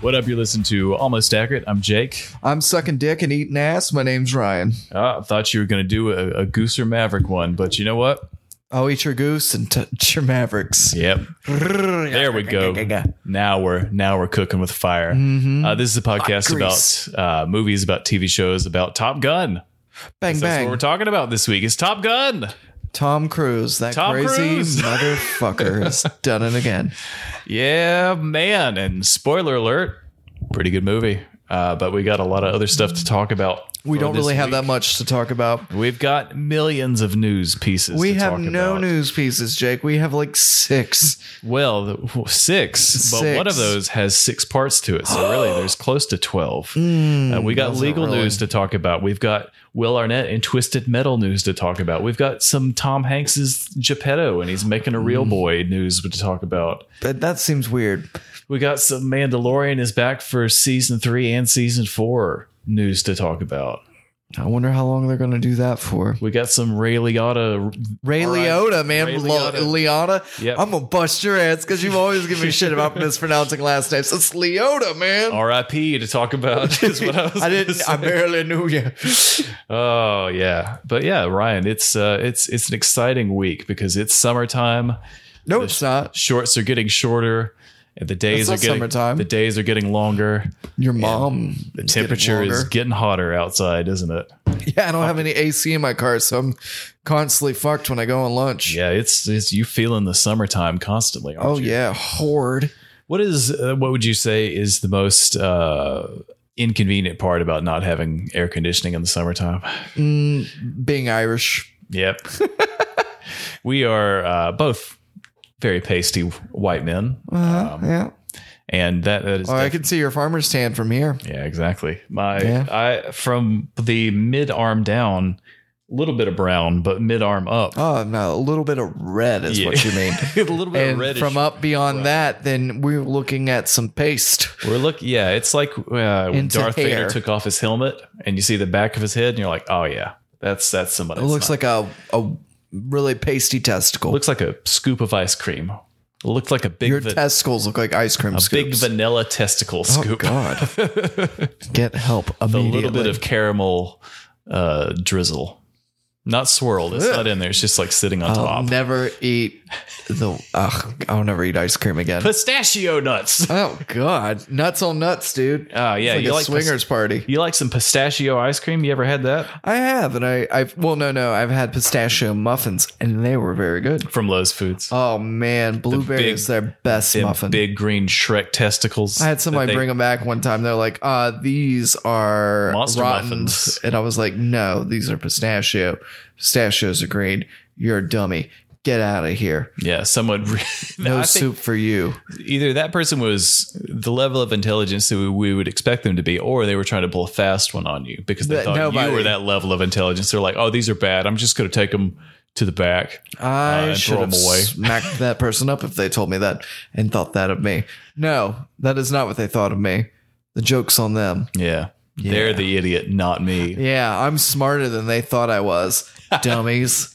What up? You're listening to Almost Accurate. I'm Jake. I'm sucking dick and eating ass. My name's Ryan. Ah, I thought you were going to do a, a Goose or Maverick one, but you know what? I'll eat your goose and touch your mavericks. Yep. There we go. Now we're now we're cooking with fire. Uh, this is a podcast Mm-hmm. Hot grease. about uh, movies, about TV shows, about Top Gun. Bang So That's what bang. we're talking about this week. It's Top Gun. Tom Cruise, that Tom crazy Cruise. motherfucker, has done it again. Yeah, man. And spoiler alert, pretty good movie. Uh, but we got a lot of other stuff to talk about. We for don't this really have week. that much to talk about. We've got millions of news pieces. We to have talk no about. news pieces, Jake. We have like six. Well, the- six, but Six. one of those has six parts to it. So really, there's close to twelve. Hmm, Uh, we got legal news to talk about. We've got Will Arnett and Twisted Metal news to talk about. We've got some Tom Hanks's Geppetto and he's making a Hmm. real boy news to talk about. That, that seems weird. We got some Mandalorian is back for season three and season four news to talk about. I wonder how long they're going to do that for. We got some Ray Liotta. Ray Liotta, man. Ray Ray Liotta. Liotta. Yep. I'm going to bust your ass because you've always given me shit about mispronouncing last names. It's Liotta, man. R.I.P. to talk about is what I was. I gonna didn't. say. I barely knew you. Oh yeah, but yeah, Ryan, it's uh, it's it's an exciting week because it's summertime. No, it's not. Shorts are getting shorter, and the days It's are not getting summertime. the days are getting longer. Your mom. The temperature is getting hotter outside, isn't it? Yeah, I don't have any AC in my car, so I'm constantly fucked when I go on lunch. Yeah, it's it's you feeling the summertime constantly. Aren't Oh you? yeah, horde. What is uh, what would you say is the most uh, inconvenient part about not having air conditioning in the summertime? Being Irish. Yep. we are uh, both very pasty white men. Oh, yeah. and that that is Oh, I def- can see your farmer's tan from here. yeah exactly my Yeah. I from the mid arm down a little bit of brown but mid arm up Oh no, a little bit of red is Yeah. what you mean. a little bit and reddish from up beyond that, then we're looking at some paste. we're look yeah it's like uh, when Into Darth Vader hair. took off his helmet and you see the back of his head and you're like oh yeah that's that's somebody It looks like a a really pasty testicle. looks like a scoop of ice cream it looks like a big your va- testicles look like ice cream a scoops. big vanilla testicle Oh scoop God! Get help a immediately. little bit of caramel uh, drizzle not swirled it's not in there it's just like sitting on I'll top never eat the. Ugh, I'll never eat ice cream again. pistachio nuts. oh God! Nuts on nuts, dude. Oh, yeah, It's like you a like swingers party. You like some pistachio ice cream? You ever had that I have, and I, I've. Well, no, no, I've had pistachio muffins, and they were very good. from Lowe's Foods? Oh man, blueberry big- is their best Them muffin. big green Shrek testicles. I had that somebody they- bring them back one time. They're like, uh, these are Monster rotten. muffins. And I was like, no, these are pistachio. Pistachios are green. You're a dummy. Get out of here. Yeah, someone. No I think soup for you. Either that person was the level of intelligence that we, we would expect them to be, or they were trying to pull a fast one on you because they That thought nobody- you were that level of intelligence. They're like, "Oh, these are bad. I'm just going to take them to the back." I Uh, and should throw have 'em away. smacked that person up if they told me that and thought that of me. No, that is not what they thought of me. The joke's on them. Yeah, they're the idiot, not me. Yeah, I'm smarter than they thought I was, dummies.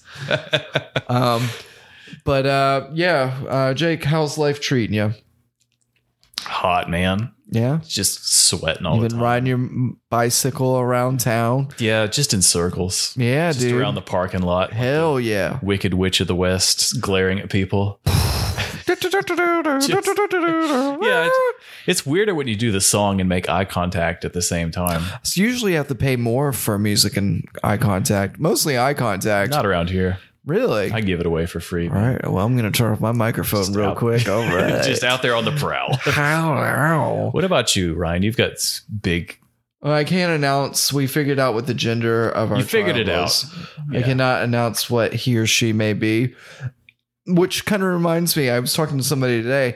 um, but uh, yeah, uh, Jake, how's life treating you? Hot man, Yeah, just sweating all you've the been time. riding your m- bicycle around town. Yeah, just in circles. Yeah, just dude. around the parking lot. Hell yeah. Wicked Witch of the West glaring at people. Yeah, Ah. it's, it's weirder when you do the song and make eye contact at the same time. So usually you have to pay more for music and eye contact, mostly eye contact. Not around here. really. I give it away for free. All right. Well, I'm gonna turn off my microphone real out- quick. All right. Just out there on the prowl. Hello. what about you, Ryan? You've got s- big. I can't announce. We figured out what the gender of our. You figured child it out. was. I Yeah. cannot announce what he or she may be, which kind of reminds me. I was talking to somebody today.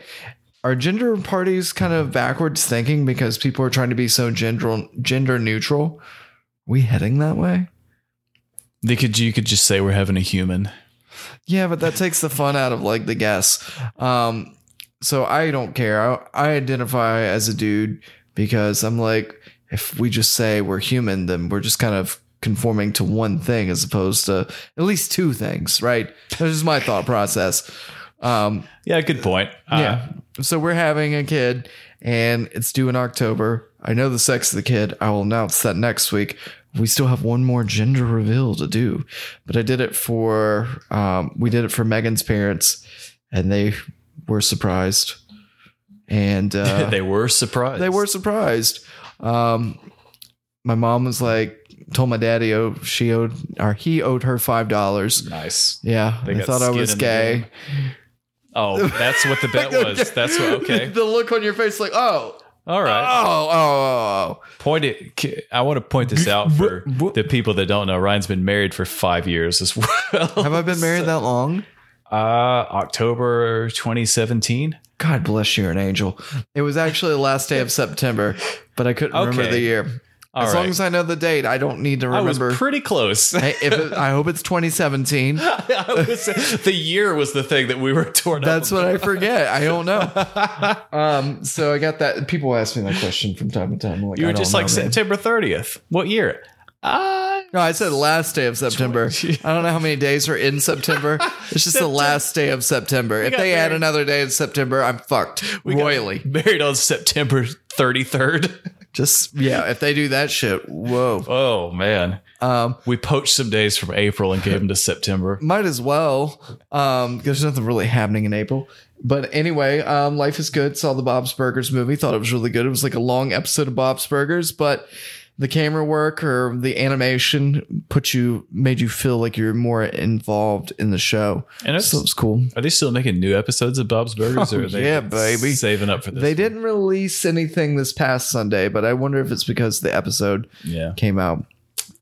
Are gender parties kind of backwards thinking because people are trying to be so gender gender neutral? we heading that way? They could you could just say we're having a human. Yeah, but that takes the fun out of like the guess. Um, so I don't care. I, I identify as a dude because I'm like, if we just say we're human, then we're just kind of conforming to one thing as opposed to at least two things, right? That's just my thought process. Um, Yeah, good point. Uh, yeah. So we're having a kid and it's due in October. I know the sex of the kid. I will announce that next week. We still have one more gender reveal to do, but I did it for, um, we did it for Megan's parents and they were surprised. And uh, they were surprised. they were surprised. Um, my mom was like, told my daddy, oh, she owed, or he owed her $5. nice. Yeah. They They got thought I skin was in the game. gay. Oh, that's what the bet was. That's what. Okay. the look on your face, like, oh, All right. oh, oh, oh, oh. Point it. ki- I want to point this out for the people that don't know. Ryan's been married for five years as well. oh. Have I been married that long? Uh, October 2017. God bless you, an angel. It was actually the last day of September, but I couldn't remember Okay. the year. All as long right. as I know the date, I don't need to I was remember. pretty close. Hey, if it, I hope it's 2017. I was- the year was the thing that we were torn That's up. what I forget. I don't know. Um, so I got that. People ask me that question from time to time. I'm Like, You I were don't just like know, man. September 30th. What year? Uh, no, I said last day of September. I don't know how many days are in September. It's just the last day of September. If got they add married. another day in September, I'm fucked got royally. Married on September 33rd. Just yeah, if they do that shit, whoa. Oh, man. Um, We poached some days from April and gave them to September. might as well. Um, 'cause there's nothing really happening in April. But anyway, um, Life is Good. Saw the Bob's Burgers movie. Thought it was really good. It was like a long episode of Bob's Burgers, but the camera work or the animation put you made you feel like you're more involved in the show. And it's- so it was cool. Are they still making new episodes of Bob's Burgers? or are they Oh, yeah, baby. saving up for this? They didn't release anything this past Sunday, but I wonder if it's because the episode Yeah. came out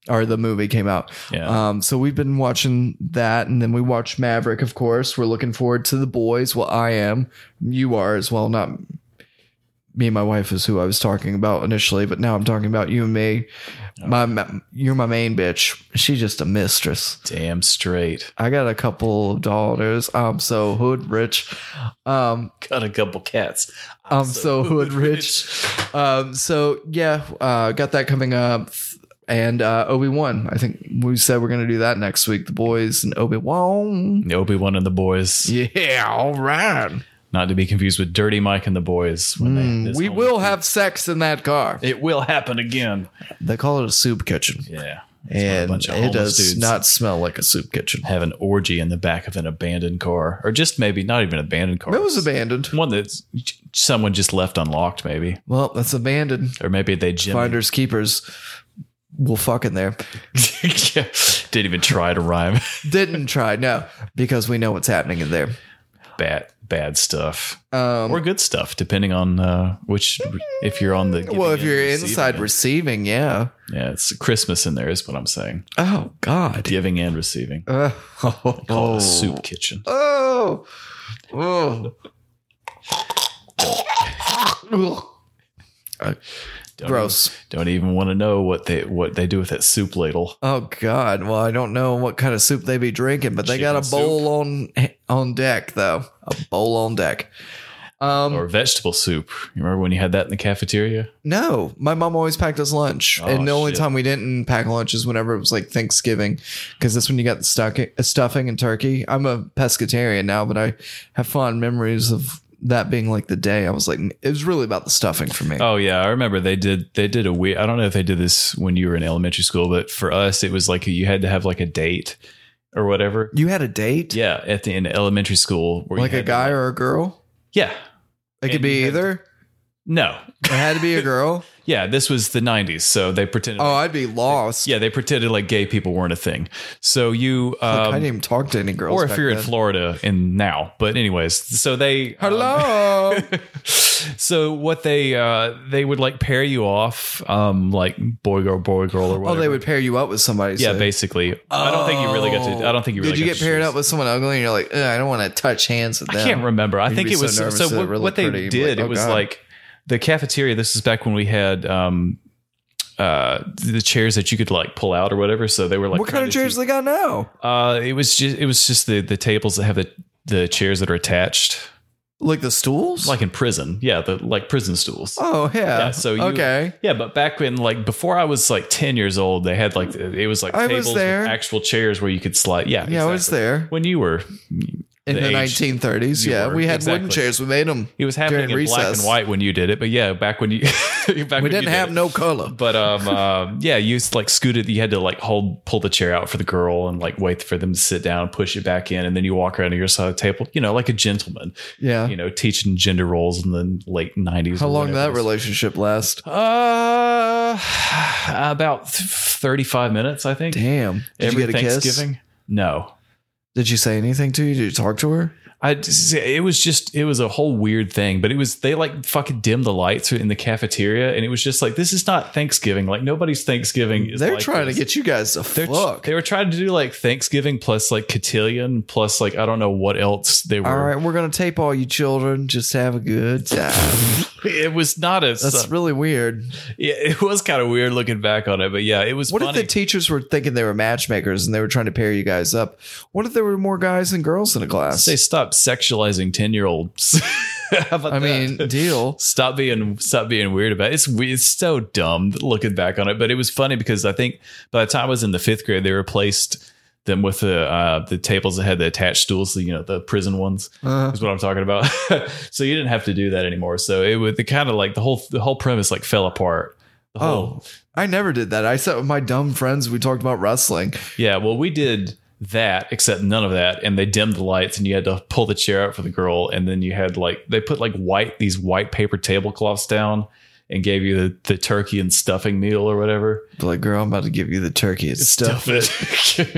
or the movie came out. Yeah. Um, so we've been watching that, and then we watched Maverick. Of course, we're looking forward to the boys. Well, I am. You are as well. Not me and my wife is who I was talking about initially, but now I'm talking about you and me. My, my you're my main bitch. She's just a mistress. Damn straight. I got a couple of daughters. I'm so hood rich. Um, Got a couple cats. I'm, Um, so, hood rich. Um, so yeah, uh, got that coming up. And uh, Obi Wan, I think we said we're gonna do that next week. The boys and Obi Wan. Obi Wan and the boys. Yeah, all right. Not to be confused with Dirty Mike and the boys. When they, this Mm, We whole- will have sex in that car. It will happen again. They call it a soup kitchen, Yeah. and bunch of it homeless does dudes. not smell like a soup kitchen. Have an orgy in the back of an abandoned car, or just maybe not even abandoned car. It was abandoned. one that someone just left unlocked, maybe, Well, that's abandoned. or maybe they gym- Finders keepers. We'll fuck in there. yeah. didn't even try to rhyme. Didn't try no, because we know what's happening in there. bad bad stuff Um, or good stuff, depending on uh, which. If you're on the well, if giving you're end, receiving inside end. receiving, yeah. yeah, it's Christmas in there, is what I'm saying. Oh God. Giving and receiving. Uh, Call it a soup kitchen. Oh. Oh. Ugh. Don't Gross. Even, don't even want to know what they what they do with that soup ladle. Oh God. Well, I don't know what kind of soup they be drinking, but they got a Chicken bowl on on deck though. A bowl on deck. Um Or vegetable soup. You remember when you had that in the cafeteria? no, my mom always packed us lunch, Oh, and the only shit. time we didn't pack lunch is whenever it was like Thanksgiving, because that's when you got the stuck, stuffing and turkey. I'm a pescatarian now, but I have fond memories of that being like the day I was like, it was really about the stuffing for me. Oh yeah, I remember they did. They did a weird. I don't know if they did this when you were in elementary school, but for us, it was like you had to have like a date, or whatever. You had a date? Yeah, at the in elementary school, where you Like a had to- guy or a girl? yeah, It could And be you had to- either. no, It had to be a girl. yeah. This was the '90s, so they pretended. Oh, like- I'd be lost. yeah, they pretended like gay people weren't a thing. So you, Look, I um, didn't even talk to any girls. or if back you're in then. Florida, and now, but anyways, so they um, Hello. so what they uh they would like pair you off um like boy girl boy girl or oh, whatever. they would pair you up with somebody. yeah so- basically I don't think you really got to I don't think you really Did you got get to paired choose. up with someone ugly and you're like, "Ugh, I don't want to touch hands with them? I can't remember I You'd think be it was so so, nervous that what, they look what they pretty, did like, it oh, was God. like the cafeteria this is back when we had um uh the chairs that you could like pull out or whatever so they were like what kind of trying chairs to they got now? keep- uh it was just it was just the the tables that have the the chairs that are attached Like the stools? like in prison yeah the like prison stools oh yeah. Yeah, so you- okay, Yeah, but back when, like, before I was like 10 years old, they had like, it was like I was tables there. with actual chairs where you could slide. Yeah. yeah, I was exactly. there When you were, in the the age 1930s. you Yeah, were. we had wooden Exactly. chairs. We made them. it was happening During in black recess. and white when you did it. But yeah, back when you, back we We didn't have no color. But um, um, yeah, you s- like scooted. You had to like hold, pull the chair out for the girl, and like wait for them to sit down, push it back in, and then you walk around to your side of the table. You know, like a gentleman. Yeah. You know, teaching gender roles in the late nineties. How long did that relationship last? Uh, about thirty-five minutes, I think. Damn. Did every you get a kiss? Thanksgiving? No. Did you say anything to you? Did you talk to her? I just- it was just it was a whole weird thing, but it was they like fucking dimmed the lights in the cafeteria, and it was just like this is not Thanksgiving. Like nobody's Thanksgiving. Is They're like trying this. to get you guys to They're, fuck. They were trying to do like Thanksgiving plus like cotillion plus like I don't know what else they were. all right, we're gonna tape all you children. Just have a good time. It was not a. That's really weird. yeah, it was kind of weird looking back on it, but yeah, it was. What funny. if the teachers were thinking they were matchmakers and they were trying to pair you guys up? What if there were more guys than girls in a class? Say stop sexualizing ten year olds. How about I that? mean, deal. stop being stop being weird about it. It's we- it's so dumb looking back on it, but it was funny because I think by the time I was in the fifth grade, they replaced them with the uh, the tables that had the attached stools, you know, the prison ones Uh, is what I'm talking about. so you didn't have to do that anymore. So it was the kind of like the whole the whole premise like fell apart. The whole, oh, I never did that. I sat with my dumb friends. We talked about wrestling. Yeah, well, we did that, except none of that, and they dimmed the lights, and you had to pull the chair out for the girl, and then you had like they put like white these white paper tablecloths down and gave you the, the turkey and stuffing meal or whatever. But like, girl, I'm about to give you the turkey and stuff it.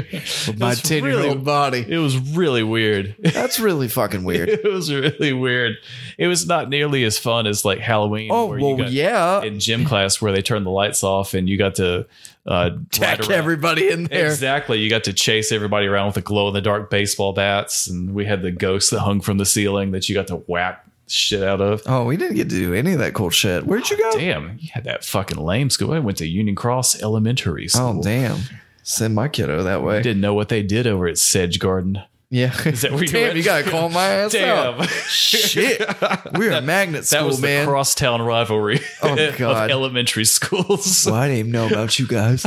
with my It's ten year real- old body. It was really weird. That's really fucking weird. It was really weird. It was not nearly as fun as like Halloween. Oh where well, got- yeah. in gym class where they turned the lights off and you got to uh, ride Tack around. everybody in there. Exactly. You got to chase everybody around with the glow in the dark baseball bats, and we had the ghosts that hung from the ceiling that you got to whack shit out of. Oh, we didn't get to do any of that cool shit. Where'd you go? Damn, you had that fucking lame school. I went to Union Cross Elementary School. Oh, damn. Send my kiddo that way. Didn't know what they did over at Sedge Garden. Yeah. Is that where you damn, went? you gotta call my ass out. Damn, Shit. We're a magnet school, that was man. the crosstown rivalry Oh, God. of elementary schools. well, I didn't even know about you guys.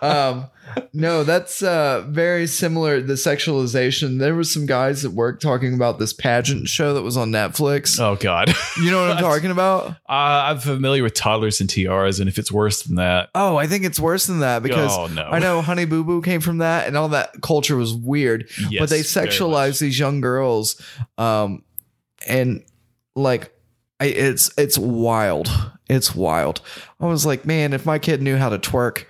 um, no, that's uh, very similar. The sexualization. There was some guys at work talking about this pageant show that was on Netflix. Oh God, You know what I'm talking about? uh, I'm familiar with toddlers and tiaras, and if it's worse than that, Oh, I think it's worse than that because Oh, no. I know Honey Boo Boo came from that, and all that culture was weird. Yes, but they very sexualize these young girls, um, and like, I, it's it's wild. It's wild. I was like, man, if my kid knew how to twerk,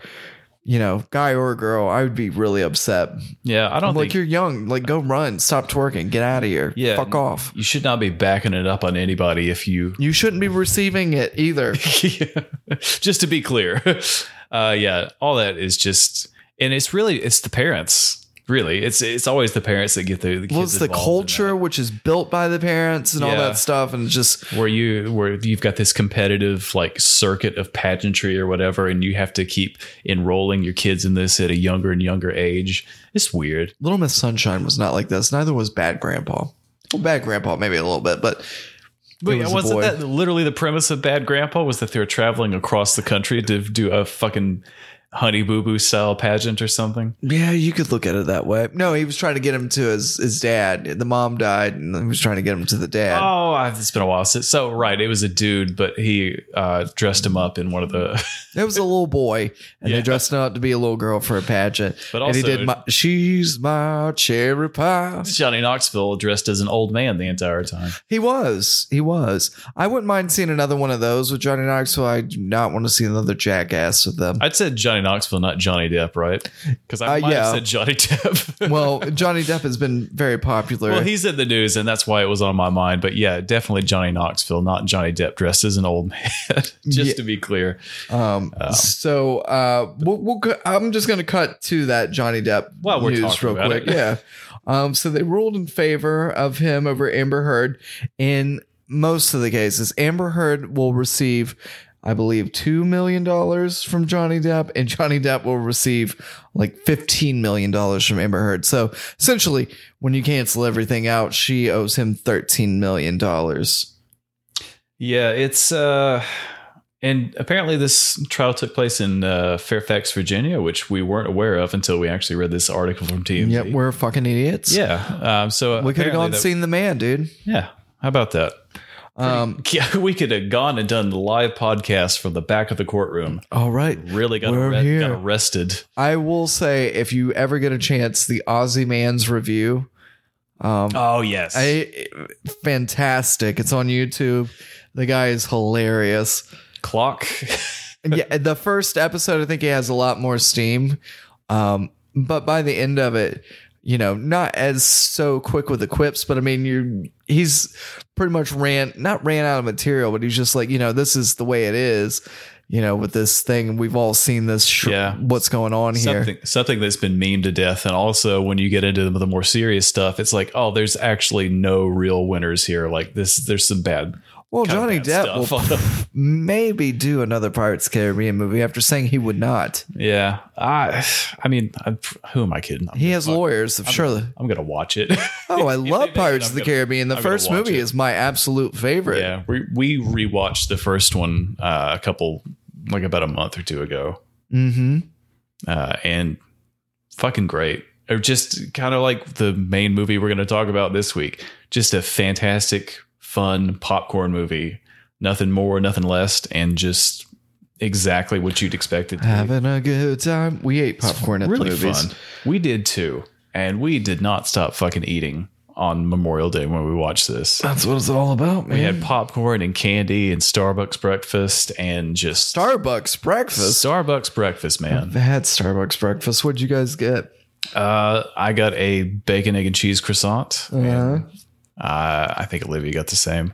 you know, guy or girl, I would be really upset. yeah, I don't I'm think like, you're young. Like, go run. Stop twerking. Get out of here. Yeah. fuck off. you should not be backing it up on anybody if you You shouldn't be receiving it either. just to be clear uh yeah all that is just and it's really it's the parents really it's it's always the parents that get the, the kids Well, it's the involved in that. culture which is built by the parents and all Yeah. that stuff, and it's just where you where you've got this competitive like circuit of pageantry or whatever and you have to keep enrolling your kids in this at a younger and younger age it's weird Little Miss Sunshine was not like this. Neither was Bad Grandpa. Well, Bad Grandpa maybe a little bit, but Wait, It was a wasn't boy. that literally the premise of Bad Grandpa was that they were traveling across the country to do a fucking Honey Boo Boo style pageant or something. Yeah, you could look at it that way. No, he was trying to get him to his, his dad. The mom died, and he was trying to get him to the dad. Oh, I- it's been a while since. So right, it was a dude, but he uh, dressed him up in one of the. It was a little boy, and Yeah. they dressed him up to be a little girl for a pageant. But and he also- did my, she's my cherry pie. Johnny Knoxville dressed as an old man the entire time. He was, he was. I wouldn't mind seeing another one of those with Johnny Knoxville. I do not want to see another jackass with them. I'd said Johnny Knoxville, not Johnny Depp, right? Because I Uh, might yeah. have said Johnny Depp. well, Johnny Depp has been very popular. well, he's in the news, and that's why it was on my mind. But yeah, definitely Johnny Knoxville, not Johnny Depp dressed as an old man. Just Yeah. to be clear, um, Oh. so uh, we'll, we'll cu- I'm just going to cut to that Johnny Depp While we're news talking real about quick. it. Yeah. Um, so they ruled in favor of him over Amber Heard in most of the cases. Amber Heard will receive, I believe, two million dollars from Johnny Depp, and Johnny Depp will receive like fifteen million dollars from Amber Heard. So essentially, when you cancel everything out, she owes him thirteen million dollars. yeah, it's. uh and apparently, this trial took place in uh, Fairfax, Virginia, which we weren't aware of until we actually read this article from TMZ. Yep, we're fucking idiots. yeah. Um, so we could have apparently gone that- seen the man, dude. Yeah. How about that? Um, Yeah, we could have gone and done the live podcast from the back of the courtroom. all right. Really got, We're arre- here. got arrested. I will say, if you ever get a chance, the Aussie Man's review, Oh yes. Um, I fantastic. It's on YouTube. The guy is hilarious. Clock. And yeah, the first episode, I think he has a lot more steam, um, but by the end of it, you know, not as so quick with the quips. But I mean, you he's pretty much ran not ran out of material, but he's just like, you know, this is the way it is. You know, with this thing, we've all seen this. Sh- Yeah. what's going on here? Something something that's been memed to death. And also when you get into the, the more serious stuff, it's like, oh, there's actually no real winners here. Like this there's some bad Well, kind of Johnny bad Depp will stuff. maybe do another Pirates of the Caribbean movie after saying he would not. yeah. I I mean, I'm, who am I kidding? I'm, He has lawyers, surely. I'm gonna watch it. Oh, I love it, Pirates I'm of the gonna- Caribbean. The I'm gonna first watch movie it. is my absolute favorite. yeah. We we rewatched the first one uh, a couple like about a month or two ago. hmm uh, and fucking great. Or just kind of like the main movie we're going to talk about this week. Just a fantastic, fun popcorn movie. Nothing more, nothing less, and just exactly what you'd expect it to be. Having a good time. We ate popcorn at Really the movies. fun. We did too, and we did not stop fucking eating on Memorial Day when we watched this. That's what it's all about, man. We had popcorn and candy and Starbucks breakfast and just Starbucks breakfast. Mm-hmm. Starbucks breakfast, man. I had Starbucks breakfast. What'd you guys get? Uh, I got a bacon, egg, and cheese croissant. Mm-hmm. And, uh, I think Olivia got the same.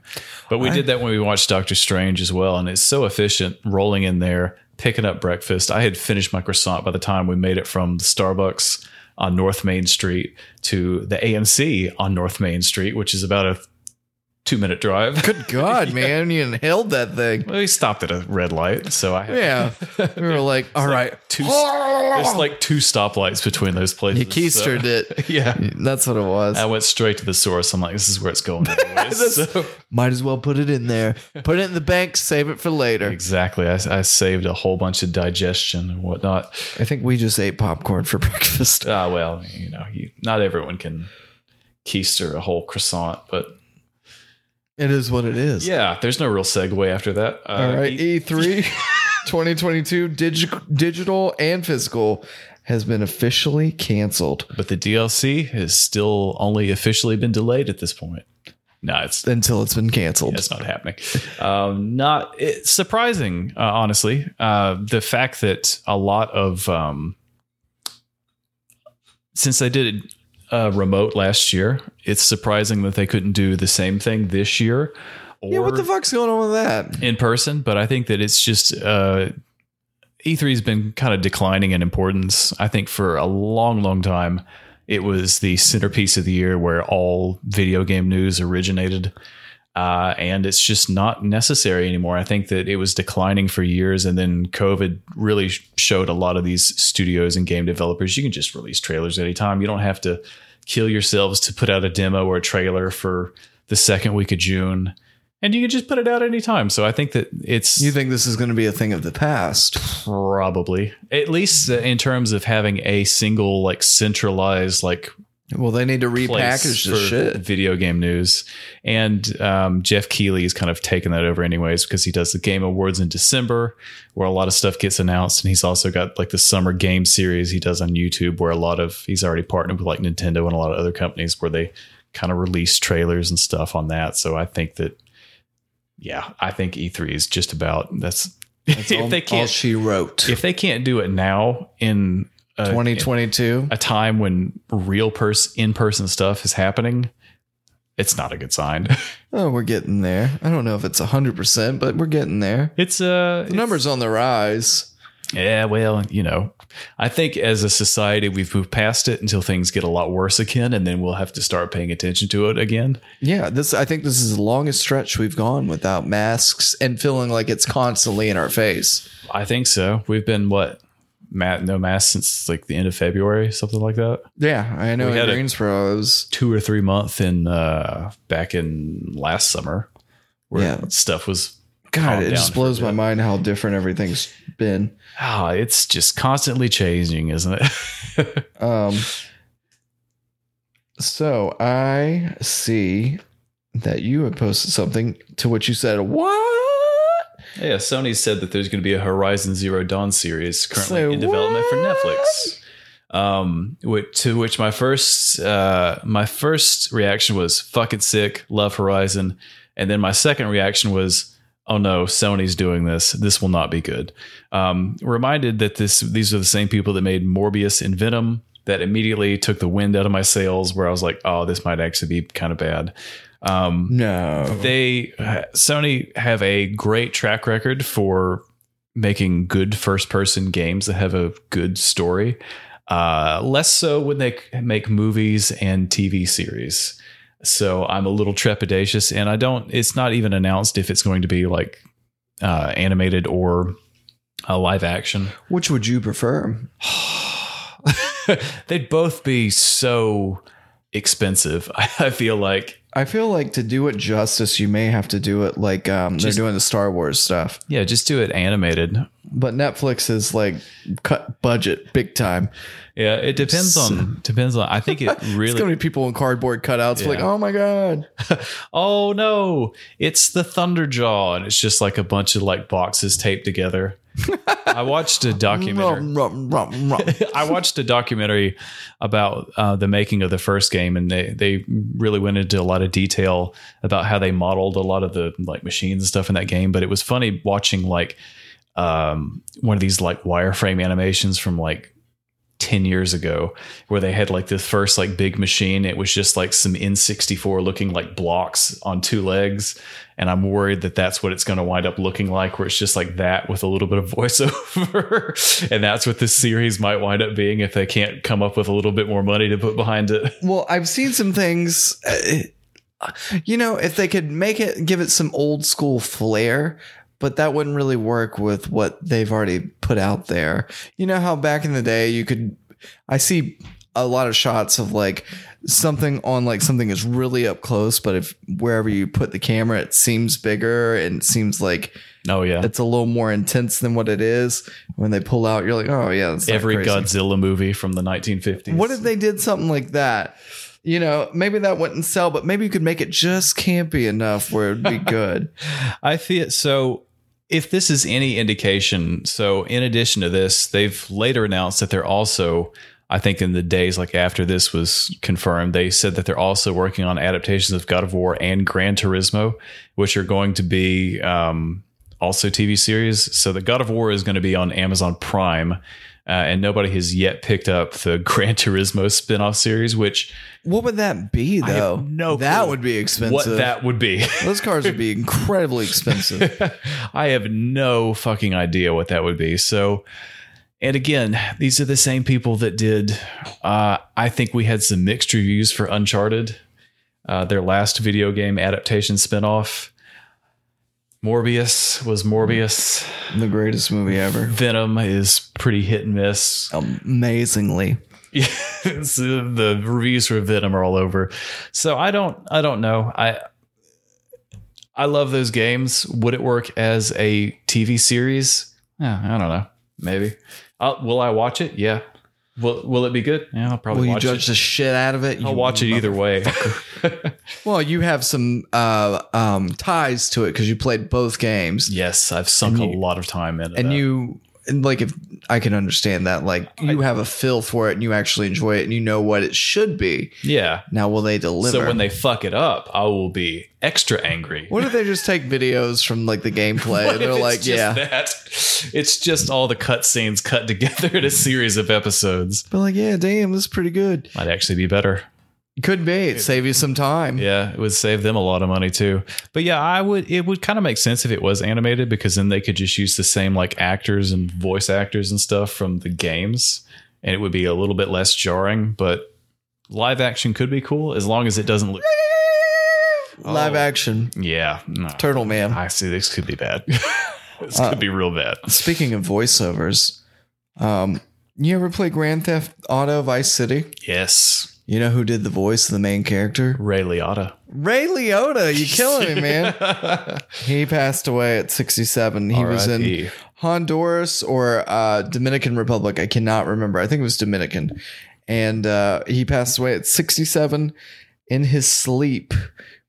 But we did that when we watched Doctor Strange as well. And it's so efficient rolling in there, picking up breakfast. I had finished my croissant by the time we made it from the Starbucks on North Main Street to the AMC on North Main Street, which is about a two minute drive. Good God, man. You inhaled that thing. we stopped at a red light. So I had. Yeah. We were like, all right. Oh, Two, there's like two stoplights between those places. You keistered it. Yeah. That's what it was. I went straight to the source. I'm like, this is where it's going. anyways. So- Might as well put it in there. Put it in the bank, save it for later. exactly. I, I saved a whole bunch of digestion and whatnot. I think we just ate popcorn for breakfast. Ah, well, you know, you, not everyone can keister a whole croissant, but It is what it is. yeah, there's no real segue after that. Uh, All right. e- E3 2022 dig- digital and physical has been officially canceled but the DLC has still only officially been delayed at this point. No, it's until it's been canceled. that's not happening. Um, not it's surprising, uh, honestly. Uh, the fact that a lot of um, since they did it uh, remote last year, it's surprising that they couldn't do the same thing this year or Yeah, what the fuck's going on with that? in person. But I think that it's just uh, E3 E has been kind of declining in importance. I think for a long, long time. It was the centerpiece of the year where all video game news originated uh, and it's just not necessary anymore. I think that it was declining for years, and then COVID really sh- showed a lot of these studios and game developers you can just release trailers anytime. You don't have to kill yourselves to put out a demo or a trailer for the second week of June and you can just put it out anytime. So I think that it's You think this is going to be a thing of the past? probably at least uh, in terms of having a single like centralized like Well, they need to place repackage for the shit. video game news. And um, Jeff Keighley is kind of taking that over anyways because he does the Game Awards in December, where a lot of stuff gets announced, and he's also got like the summer game series he does on YouTube, where a lot of he's already partnered with like Nintendo and a lot of other companies where they kind of release trailers and stuff on that. So I think that, yeah, I think E3 is just about that's. That's all, if they all can't she wrote. if uh, they can't do it now in a, 2022. a time when real person in person stuff is happening, it's not a good sign. Oh, we're getting there. I don't know if it's 100%, but we're getting there. It's uh The numbers on the rise. yeah, well, you know, I think as a society we've moved past it until things get a lot worse again, and then we'll have to start paying attention to it again. Yeah, this I think this is the longest stretch we've gone without masks and feeling like it's constantly in our face. I think so. We've been what Matt no mask since like the end of February, something like that. Yeah, I know We had in a- Greensboro it was Two or three month in uh back in last summer where Yeah. stuff was God, calmed it down just for blows a my bit. mind how different everything's been. Ah, it's just constantly changing, isn't it? Um, so I see that you had posted something to which you said, What? yeah, Sony said that there's going to be a Horizon Zero Dawn series currently Say in development for what? Netflix. Um, which, to which my first uh, my first reaction was "fuck it, sick, love Horizon," and then my second reaction was "oh no, Sony's doing this. This will not be good." Um, reminded that this these are the same people that made Morbius and Venom. That immediately took the wind out of my sails, where I was like, "Oh, this might actually be kind of bad." Um, No. they uh, Sony have a great track record for making good first person games that have a good story. Uh, less so when they c- make movies and TV series. So I'm a little trepidatious, and I don't. It's not even announced if it's going to be like uh, animated or a live action. Which would you prefer? They'd both be so expensive. I feel like I feel like to do it justice, you may have to do it like um, Just- they're doing the Star Wars stuff. yeah, just do it animated. But Netflix is like cut budget big time. Yeah, it depends on depends on. I think it It's gonna really. be people in cardboard cutouts like, Yeah. oh my god, oh no! It's the Thunderjaw, and it's just like a bunch of like boxes taped together. I watched a documentary. Rum, rum, rum, rum. I watched a documentary about uh, the making of the first game, and they they really went into a lot of detail about how they modeled a lot of the like machines and stuff in that game. But it was funny watching like um, one of these like wireframe animations from like. 10 years ago where they had like this first like big machine it was just like some n64 looking like blocks on two legs and i'm worried that that's what it's going to wind up looking like where it's just like that with a little bit of voiceover and that's what this series might wind up being if they can't come up with a little bit more money to put behind it well, I've seen some things. uh, You know, if they could make it, give it some old school flair, but that wouldn't really work with what they've already put out there. You know how back in the day you could, I see a lot of shots of like something on like something is really up close, but if wherever you put the camera, it seems bigger and it seems like oh yeah it's a little more intense than what it is. When they pull out, you're like, oh yeah, that's not every crazy. godzilla movie from the 1950s What if they did something like that? You know, maybe that wouldn't sell, but maybe you could make it just campy enough where it'd be good. I feel so. If this is any indication, so in addition to this, they've later announced that they're also, I think, in the days like after this was confirmed, they said that they're also working on adaptations of God of War and Gran Turismo, which are going to be um, also TV series. So the God of War is going to be on Amazon Prime, uh, and nobody has yet picked up the Gran Turismo spinoff series, which what would that be I have though? no Oh, that clue would be expensive. what that would be. Those cars would be incredibly expensive. I have no fucking idea what that would be. So, and again, these are the same people that did. Uh, I think we had some mixed reviews for Uncharted, uh, their last video game adaptation spinoff. Morbius was Morbius. the greatest movie ever. Venom is pretty hit and miss. Amazingly. Yeah, it's, uh, the reviews for Venom are all over. So I don't, I don't know. I, I love those games. Would it work as a TV series? Yeah, I don't know. Maybe. Uh, will I watch it? Yeah. Will Will it be good? Yeah, I'll probably Will you watch judge the it. shit out of it? I'll You watch it either way. Well, you have some uh, um, ties to it because you played both games, yes, I've sunk a lot of time in. and you and like if I can understand that, like you have a feel for it and you actually enjoy it and you know what it should be. yeah. Now, will they deliver? So when they fuck it up, I will be extra angry. what if they just take videos from like the gameplay? What and if they're it's like, just yeah, that. It's just all the cutscenes cut together in a series of episodes. but like, yeah, damn, this is pretty good. Might actually be better. Could be. It save you some time. Yeah, it would save them a lot of money too. But yeah, I would. It would kind of make sense if it was animated because then they could just use the same like actors and voice actors and stuff from the games, and it would be a little bit less jarring. But live action could be cool as long as it doesn't look. Live action Yeah, no. Turtle Man. Oh. I see. This could be bad. this Uh, could be real bad. Speaking of voiceovers, um, you ever play Grand Theft Auto Vice City? Yes, You know who did the voice of the main character? Ray Liotta. Ray Liotta, you killing me, man. he passed away at 67. He was in R.I.P.. Honduras or uh, Dominican Republic. I cannot remember. I think it was Dominican. And uh, he passed away at 67 in his sleep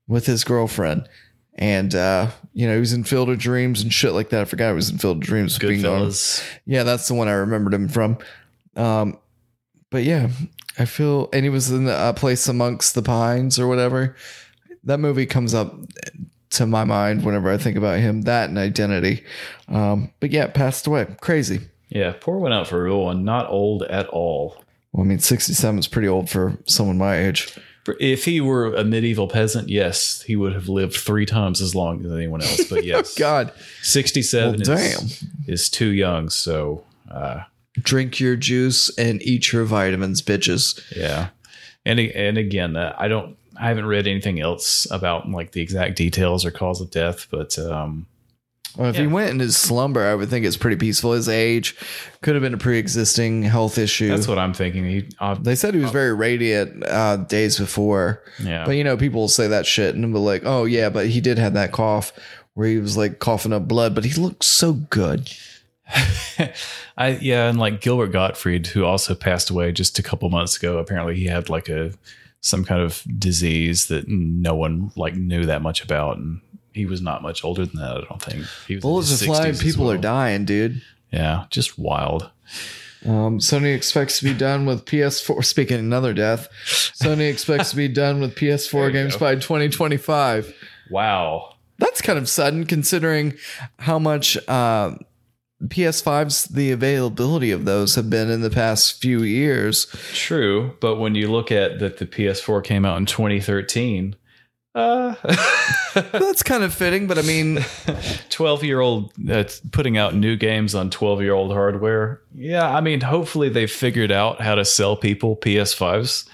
with his girlfriend. And, uh, you know, he was in Field of Dreams and shit like that. I forgot he was in Field of Dreams. Good Being on- fellas. yeah, that's the one I remembered him from. Um, but yeah, I feel, and he was in a place amongst the pines or whatever. That movie comes up to my mind whenever I think about him. That and identity. Um, but yeah, passed away. Crazy. Yeah, poor one out for a real one. Not old at all. Well, I mean, sixty-seven is pretty old for someone my age. If he were a medieval peasant, yes, he would have lived three times as long as anyone else. But yes, God, 67 Well, is, is too young. So, uh, drink your juice and eat your vitamins, bitches. yeah. And, a- and again, uh, I don't, I haven't read anything else about like the exact details or cause of death, but, um, Well, if he Yeah. went in his slumber, I would think it's pretty peaceful. His age could have been a pre-existing health issue. that's what I'm thinking. He, uh, They said he was very radiant uh, days before. Yeah. But you know, people will say that shit and be like, oh, yeah, but he did have that cough where he was like coughing up blood, but he looked so good. I, yeah. And like Gilbert Gottfried, who also passed away just a couple months ago, apparently he had like a, some kind of disease that no one like knew that much about. And he was not much older than that. I don't think he was in Bullets his are flying, 60s as people are well. dying, dude. Yeah. Just wild. Um, Sony expects to be done with PS4. Speaking of another death, Sony expects to be done with PS4 games by 2025. Wow. That's kind of sudden considering how much uh, PS5's the availability of those have been in the past few years. True, but when you look at that the PS4 came out in 2013, uh That's kind of fitting, but I mean, 12-year-old that's putting out new games on 12-year-old hardware. Yeah, I mean, hopefully they've figured out how to sell people PS5s,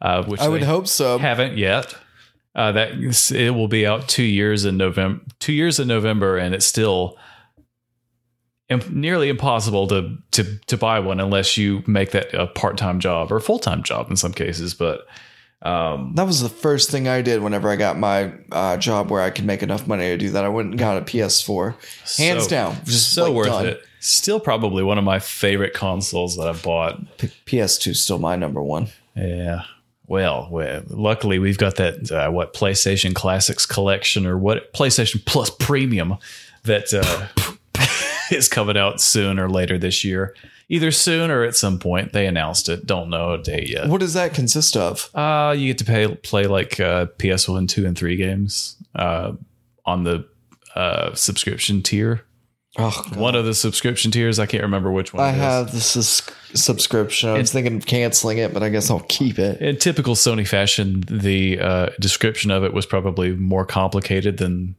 uh which I would they hope so. haven't yet. Uh that it will be out 2 years in November 2 years in November and it's still im- nearly impossible to to to buy one unless you make that a part-time job or full-time job in some cases, but That was the first thing I did whenever I got my uh, job where I could make enough money to do that. I went and got a PS4, hands So- down, just so like, worth done. it. Still, probably one of my favorite consoles that I've bought. P- PS2 is still my number one. Yeah. Well, we- luckily we've got that uh, what PlayStation Classics collection or what PlayStation Plus Premium that uh, is coming out soon or later this year. Either soon or at some point. They announced it. Don't know a date yet. What does that consist of? Uh, you get to pay, play like uh, PS1, 2, and 3 games uh, on the uh, subscription tier. Oh, God. One of the subscription tiers. I can't remember which one I it is. have the sus- subscription. I was thinking of canceling it, but I guess I'll keep it. In typical Sony fashion, the uh, description of it was probably more complicated than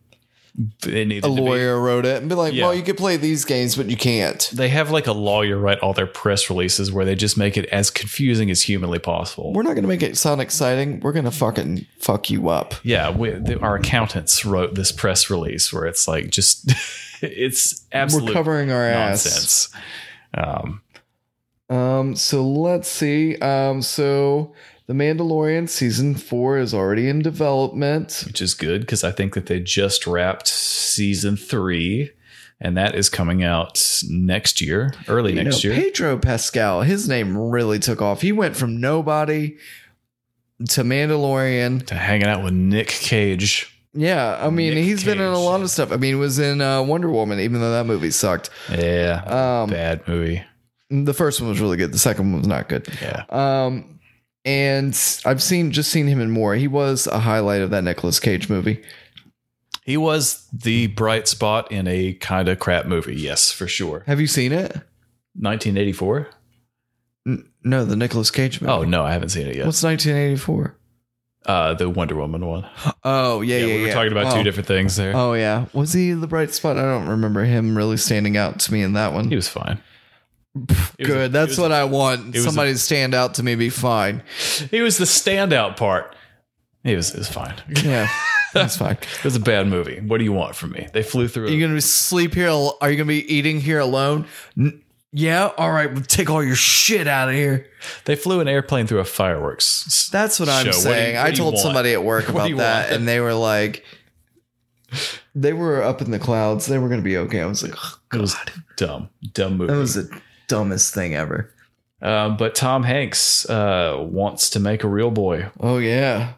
it needed A to be. lawyer wrote it and be like, Yeah. well, you could play these games, but you can't. They have like a lawyer write all their press releases where they just make it as confusing as humanly possible. We're not going to make it sound exciting. We're going to fucking fuck you up. yeah, we, the, our accountants wrote this press release where it's like just it's absolute We're covering our ass. nonsense. Um, Um, so let's see. Um, so The Mandalorian season four is already in development. which is good because I think that they just wrapped season three, and that is coming out next year, early You next know, year. Pedro Pascal, his name really took off. He went from nobody to Mandalorian. To hanging out with Nick Cage. Yeah, I mean, Nick he's been in a Cage. lot of stuff. I mean, he was in uh, Wonder Woman, even though that movie sucked. Yeah, Um, bad movie. The first one was really good. The second one was not good. Yeah, Um, and I've seen just seen him in more. He was a highlight of that Nicolas Cage movie. he was the bright spot in a kind of crap movie. Yes, for sure. Have you seen it? 1984. N- no, the Nicolas Cage movie. Oh no, I haven't seen it yet. what's 1984? Uh, the Wonder Woman one. Oh yeah, yeah, we were yeah. talking about oh. two different things there. Oh yeah, was he the bright spot? I don't remember him really standing out to me in that one. He was fine. was a- Good, that's what I want. was a- Somebody to stand out to me, be fine. He was the standout part. He was, it was fine. It Yeah, that's fine. was a bad movie. What do you want from me? They flew through. Are you it. gonna sleep here? al- Are you gonna be eating here alone? N- yeah. All right. Well, take all your shit out of here. they flew an airplane through a fireworks. That's what I'm show. What do you- saying. what do I you told want? somebody at work What do about you that, want? and they were like, they were up in the clouds. They were going to be okay. I was like, "Ugh, It was dumb, dumb movie. that was the dumbest thing ever. Um, but Tom Hanks uh, wants to make a real boy, Oh yeah,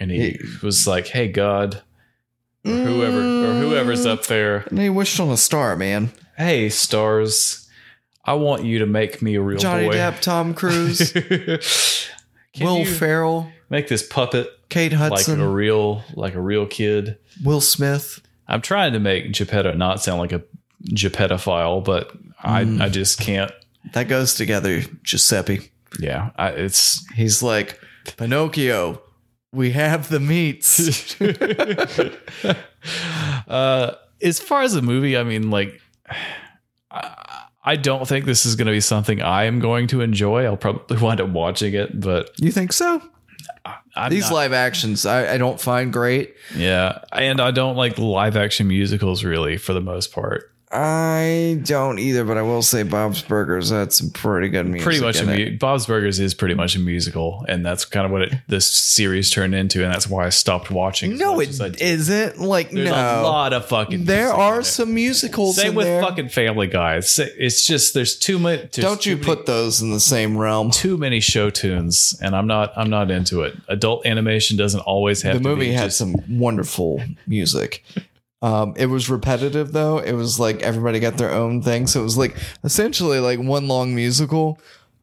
and he was like, "Hey God, or whoever, or whoever's Mm. up there, and they wished on a star, man. hey stars, I want you to make me a real Johnny boy." Depp, Tom Cruise, Can Will you Ferrell, make this puppet Kate like Hudson, a real, like a real kid? Will Smith. I'm trying to make Geppetto not sound like a Geppettophile, but I, I Mm. just can't. That goes together, Giuseppe. Yeah, I, it's He's like Pinocchio. We have the meats. uh, as far as the movie, I mean, like, I, I don't think this is going to be something I am going to enjoy. I'll probably wind up watching it, but you think so? I'm These not- live actions, I, I don't find great. yeah, and I don't like live action musicals really for the most part. I don't either, but I will say Bob's Burgers had some pretty good music. Pretty much, a in it. mu- Bob's Burgers is pretty much a musical, and that's kind of what it, this series turned into, and that's why I stopped watching. as No, much it as I did. isn't. Like There's no, a lot of fucking. there music in are it. some musicals. Same in with there. fucking Family Guy. It's, it's just there's too much. there's Don't you too many- put those in the same realm? too many show tunes, and I'm not I'm not into it. Adult animation doesn't always have The to movie be had just- some wonderful music. Um, it was repetitive though. It was like everybody got their own thing, so it was like essentially like one long musical.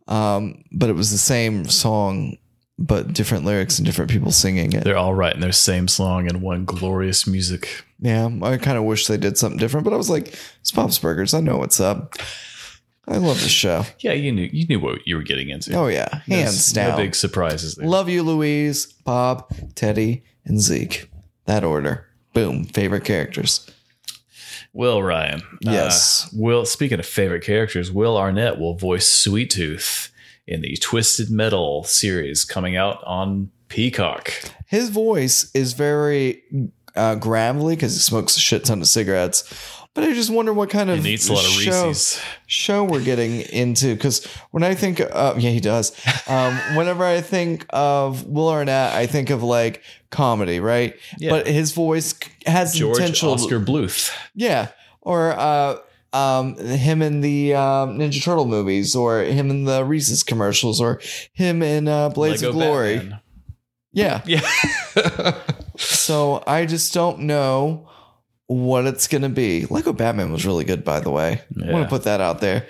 Um, but it was the same song, but different lyrics and different people singing it. They're all writing their same song in one glorious music. Yeah, I kind of wish they did something different, but I was like, it's Bob's Burgers. I know what's up. I love the show. Yeah, you knew you knew what you were getting into. Oh yeah, hands no down. big surprises. There. love you, Louise, Bob, Teddy, and Zeke. That order. Boom. Favorite characters. Will Ryan. uh, Yes. Will. Speaking of favorite characters, Will Arnett will voice Sweet Tooth in the Twisted Metal series coming out on Peacock. His voice is very uh, gravelly because he smokes a shit ton of cigarettes. But I just wonder what kind He of needs a lot of show- Reese's. show we're getting into because when I think, uh, yeah, he does. Um, whenever I think of Will Arnett, I think of like comedy, right? Yeah. But his voice c- has the George potential, Oscar Bluth. yeah, or uh, um, him in the um, Ninja Turtle movies, or him in the Reese's commercials, or him in uh, Blades of Lego Glory. Batman. Yeah. Yeah. So I just don't know what it's gonna be. Lego Batman was really good, by the way. I Yeah. want to put that out there.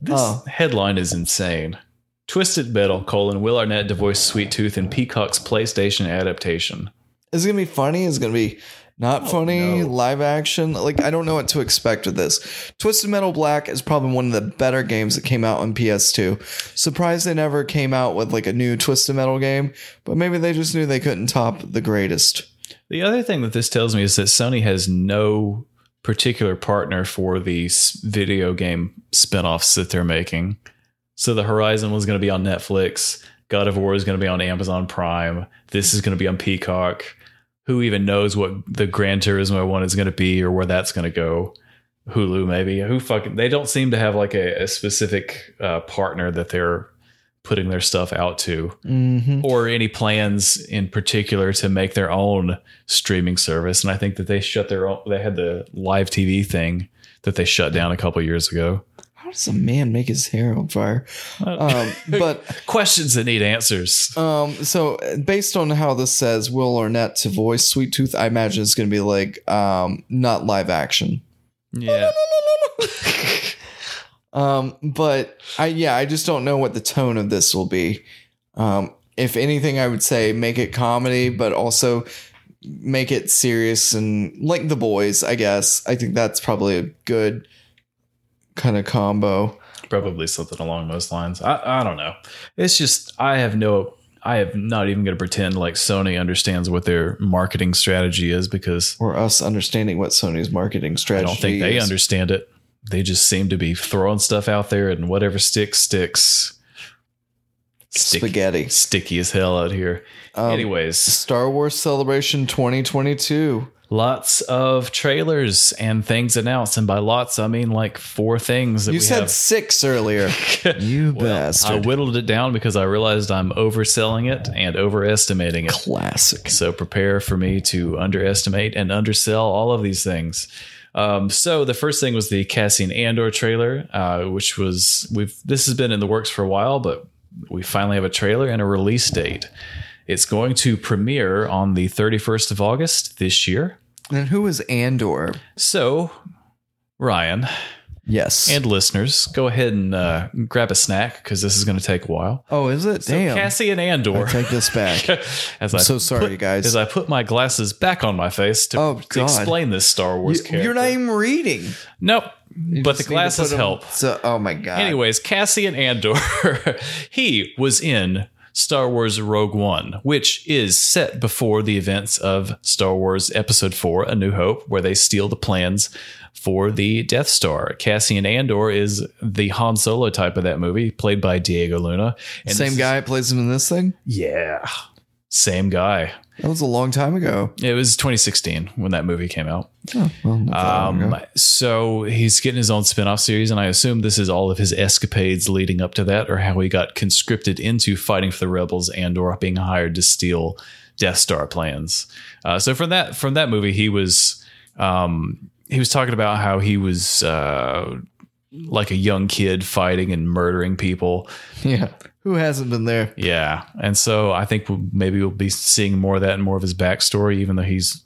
This Oh. headline is insane. Twisted Metal, colon, Will Arnett to voice Sweet Tooth in Peacock's PlayStation adaptation. Is it gonna be funny? Is it gonna be not funny? no. Live action? Like I don't know what to expect with this. Twisted Metal Black is probably one of the better games that came out on PS2. Surprised they never came out with like a new Twisted Metal game, but maybe they just knew they couldn't top the greatest. The other thing that this tells me is that Sony has no particular partner for these video game spin-offs that they're making. So the Horizon was going to be on Netflix, God of War is going to be on Amazon Prime, this is going to be on Peacock. Who even knows what the Gran Turismo one is going to be or where that's going to go? Hulu maybe. Who fucking they don't seem to have like a, a specific uh, partner that they're putting their stuff out to, Mm-hmm. or any plans in particular to make their own streaming service. And I think that they shut their own, they had the live TV thing that they shut down a couple years ago. Uh, How does a man make his hair on fire? Um, but Questions that need answers. um, so uh, based on how this says Will Arnett to voice Sweet Tooth, I imagine it's going to be like um, not live action. Yeah. Um, but I yeah, I just don't know what the tone of this will be. Um, if anything, I would say make it comedy, but also make it serious and like the boys. I guess I think that's probably a good kind of combo. probably something along those lines. I, I don't know. It's just I have no I have not even going to pretend like Sony understands what their marketing strategy is because Or us understanding what Sony's marketing I strategy. don't think they is. understand it. They just seem to be throwing stuff out there and whatever sticks sticks. Sticky, Spaghetti. sticky as hell out here. Um, Anyways, Star Wars Celebration 2022. lots of trailers and things announced, and by lots I mean like four things that You we said have. six earlier. you I bastard. whittled it down because I realized I'm overselling it and overestimating it. Classic. So prepare for me to underestimate and undersell all of these things. Um, so the first thing was the Cassian Andor trailer, uh, which was we've this has been in the works for a while, but we finally have a trailer and a release date. It's going to premiere on the 31st of August this year. And who is Andor? So, Ryan Yes. and listeners, go ahead and uh, grab a snack because this is going to take a while. oh, is it? Damn. Cassian Andor. I take this back. as I'm so sorry, put- guys. As I put my glasses back on my face to, Oh, to explain this Star Wars You- character. You're not even reading. nope, You but just the need to glasses put 'em- help. So, oh my god. Anyways, Cassian Andor, he was in Star Wars Rogue One, which is set before the events of Star Wars Episode 4 A New Hope, where they steal the plans for the Death Star. Cassian Andor is the Han Solo type of that movie, played by Diego Luna. And same this- guy plays him in this thing. Yeah. Same guy. That was a long time ago. It was 2016 when that movie came out. Oh, well, not that long Um, ago. so he's getting his own spin off series, and I assume this is all of his escapades leading up to that, or how he got conscripted into fighting for the rebels and or being hired to steal Death Star plans. Uh, so from that from that movie, he was um, he was talking about how he was uh, like a young kid fighting and murdering people. yeah. Who hasn't been there? Yeah, and so I think we'll, maybe we'll be seeing more of that and more of his backstory, even though he's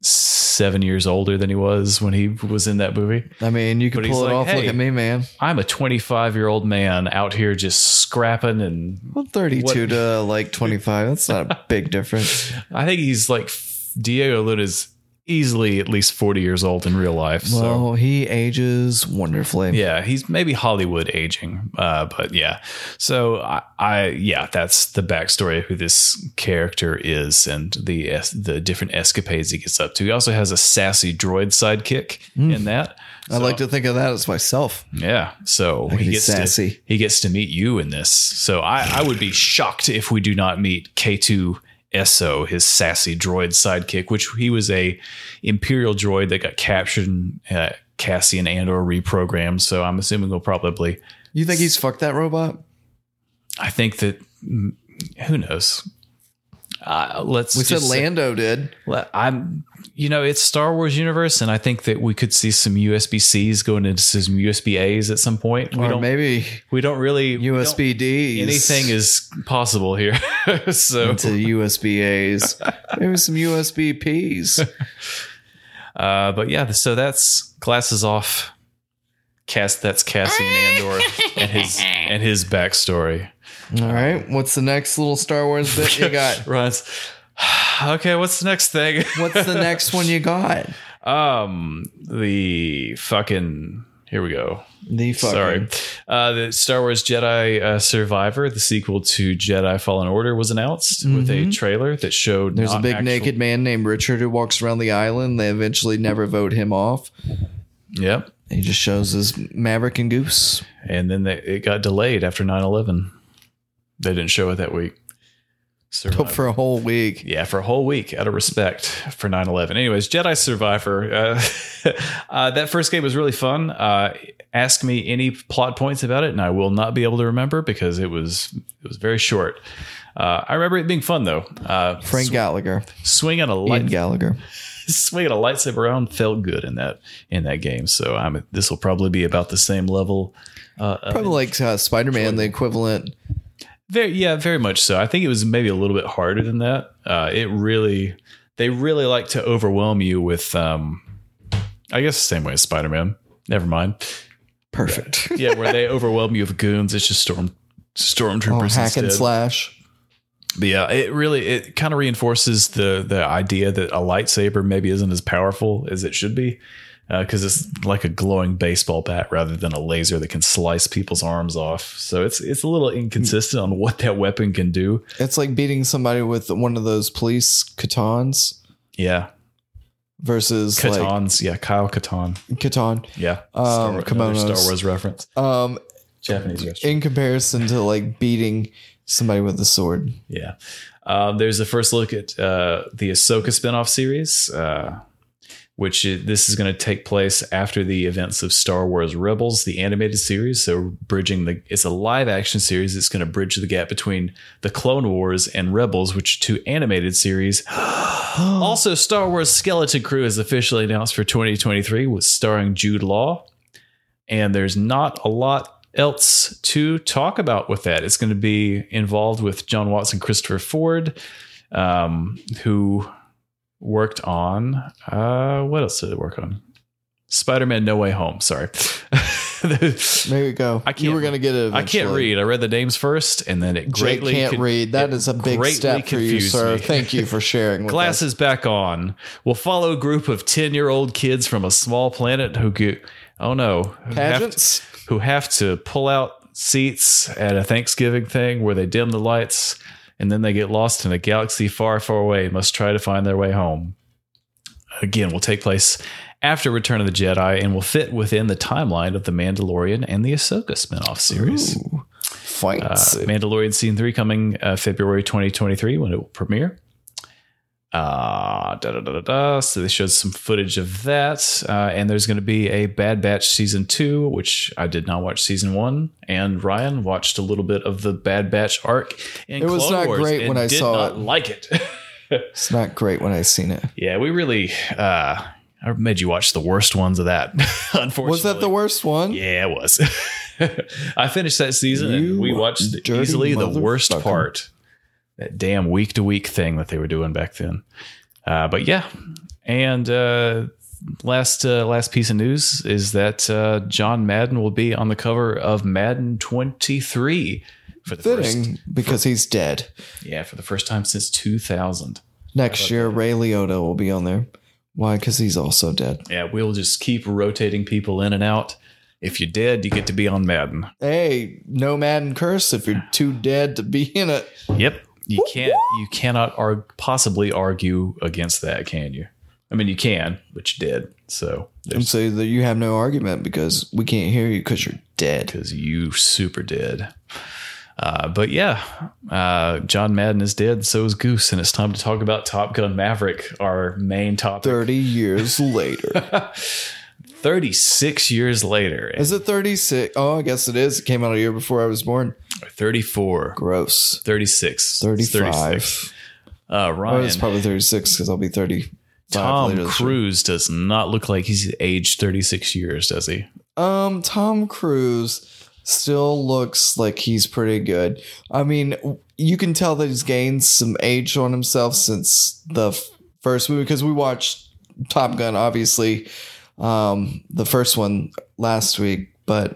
seven years older than he was when he was in that movie. I mean, you But can he's pull it like, off. Look hey. at me, man. I'm a 25 year old man out here just scrapping, and Well, 32 What- to like 25. That's not a big difference. I think he's like Diego Luna's easily at least 40 years old in real life. So. Well, he ages wonderfully. Yeah, he's maybe Hollywood aging, uh, but yeah. So I, I, yeah, that's the backstory of who this character is and the es- the different escapades he gets up to. He also has a sassy droid sidekick in that. I So- like to think of that as myself. yeah. So Like he he's gets To, sassy. he gets to meet you in this. So I, I would be shocked if we do not meet K two. Esso, his sassy droid sidekick, which he was a imperial droid that got captured and uh, Cassian Andor reprogrammed. So I'm assuming we'll probably You think he's fucked that robot? I think that mm, who knows. Uh, let's We said just say- Lando did. le- I'm you know it's Star Wars universe, and I think that we could see some USB Cs going into some USB As at some point. We or don't maybe we don't really we don't- USB Ds. anything is possible here. so into USB A's. maybe some USB Ps. uh, but yeah, so that's glasses off. Cast that's Cassian Andor and his and his backstory. All right. What's the next little Star Wars bit you got? Runs. okay, what's the next thing? What's the next one you got? Um, the fucking here we go. The fucking Sorry, uh, the Star Wars Jedi uh, Survivor, the sequel to Jedi Fallen Order, was announced with a trailer that showed Mm-hmm. There's a not big actual- naked man named Richard who walks around the island. They eventually never vote him off. Yep, He just shows his Maverick and Goose. and then they, it got delayed after 9-11. They didn't show it that week. Survivor. for a whole week. Yeah, for a whole week out of respect for 9 11. Anyways, Jedi Survivor. Uh, uh, that first game was really fun. Uh, ask me any plot points about it, and I will not be able to remember because it was it was very short. Uh, I remember it being fun though. Uh, Frank Gallagher, swinging a light, Ian Gallagher. swinging a lightsaber around felt good in that in that game. So I'm this will probably be about the same level. Uh, of Probably like uh, Spider Man, the equivalent. very, yeah, very much so. I think it was maybe a little bit harder than that. Uh, it really, they really like to overwhelm you with, um, I guess, the same way as Spider Man. Never mind. Perfect. Yeah, where they overwhelm you with goons. It's just storm Oh, stormtroopers. hack and instead. slash. But yeah, it really it kind of reinforces the the idea that a lightsaber maybe isn't as powerful as it should be because it's like a glowing baseball bat rather than a laser that can slice people's arms off. So it's it's a little inconsistent on what that weapon can do. It's like beating somebody with one of those police katans Yeah, versus like Katan's yeah, Kyle Katan. katan. Yeah, Um, Star, another Star kimonos. Wars reference. Um, Japanese restaurant. in comparison to like beating somebody with a sword. Yeah. Um, there's the first look at uh, the Ahsoka spinoff series, uh, which i- this is going to take place after the events of Star Wars Rebels, the animated series. So bridging the, it's a live action series. It's going to bridge the gap between the Clone Wars and Rebels, which are two animated series. also, Star Wars Skeleton Crew is officially announced for 2023, with starring Jude Law and there's not a lot else to talk about with that. It's going to be involved with John Watts and Christopher Ford, um, who worked on uh, what else did they work on? Spider-Man: No Way Home. Sorry, There you go. I can't- you were gonna get it. I can't eventually. read. I read the names first, and then it Jake greatly can't con- read. That it is a big greatly step for you, confused sir. me. Thank you for sharing. With us. Glasses back on. We'll follow a group of 10 year old kids from a small planet who get, oh no, who have, Pageants? to, who have to pull out seats at a Thanksgiving thing where they dim the lights and then they get lost in a galaxy far, far away and must try to find their way home. Again, will take place after Return of the Jedi and will fit within the timeline of The Mandalorian and the Ahsoka spinoff series. Ooh, fights. Uh, Mandalorian season three coming uh, February 2023 when it will premiere. Uh, da, da, da, da, da. So they showed some footage of that, uh, and there's going to be a Bad Batch season two, which I did not watch season one, and Ryan watched a little bit of the Bad Batch arc. In It was Clone not Wars great and when I did saw not it. Like it. it's not great when I seen it. yeah, we really. Uh, I made you watch the worst ones of that. unfortunately, Was that the worst one? yeah, it was. I finished that season You and we watched dirty easily the worst motherfucker. part. That damn week to week thing that they were doing back then. Uh, but yeah. And uh, last uh, last piece of news is that uh, John Madden will be on the cover of Madden 23 for the first Fitting because he's dead. yeah, for the first time since 2000. Next year, Ray Liotta will be on there. Why? Because he's also dead. Yeah, we'll just keep rotating people in and out. If you're dead, you get to be on Madden. Hey, no Madden curse if you're too dead to be in it. Yep. You can't. You cannot arg- possibly argue against that, can you? I mean, you can, but you did. So And so that you have no argument because we can't hear you because you're dead. because you super did. Uh, but yeah, uh, John Madden is dead. So is Goose, and it's time to talk about Top Gun Maverick, our main topic. 30 years later. Thirty-six years later, and Is it 36? Oh, I guess it is. It came out a year before I was born. thirty-four, Gross. thirty-six, 36. 35. Uh, I was Ryan, probably 36 because I'll be 35 later Tom this Cruise does not look like he's aged thirty-six years, does he? year. Um, Tom Cruise still looks like he's pretty good. I mean, you can tell that he's gained some age on himself since the f- first movie because we watched Top Gun, obviously, um, the first one last week, but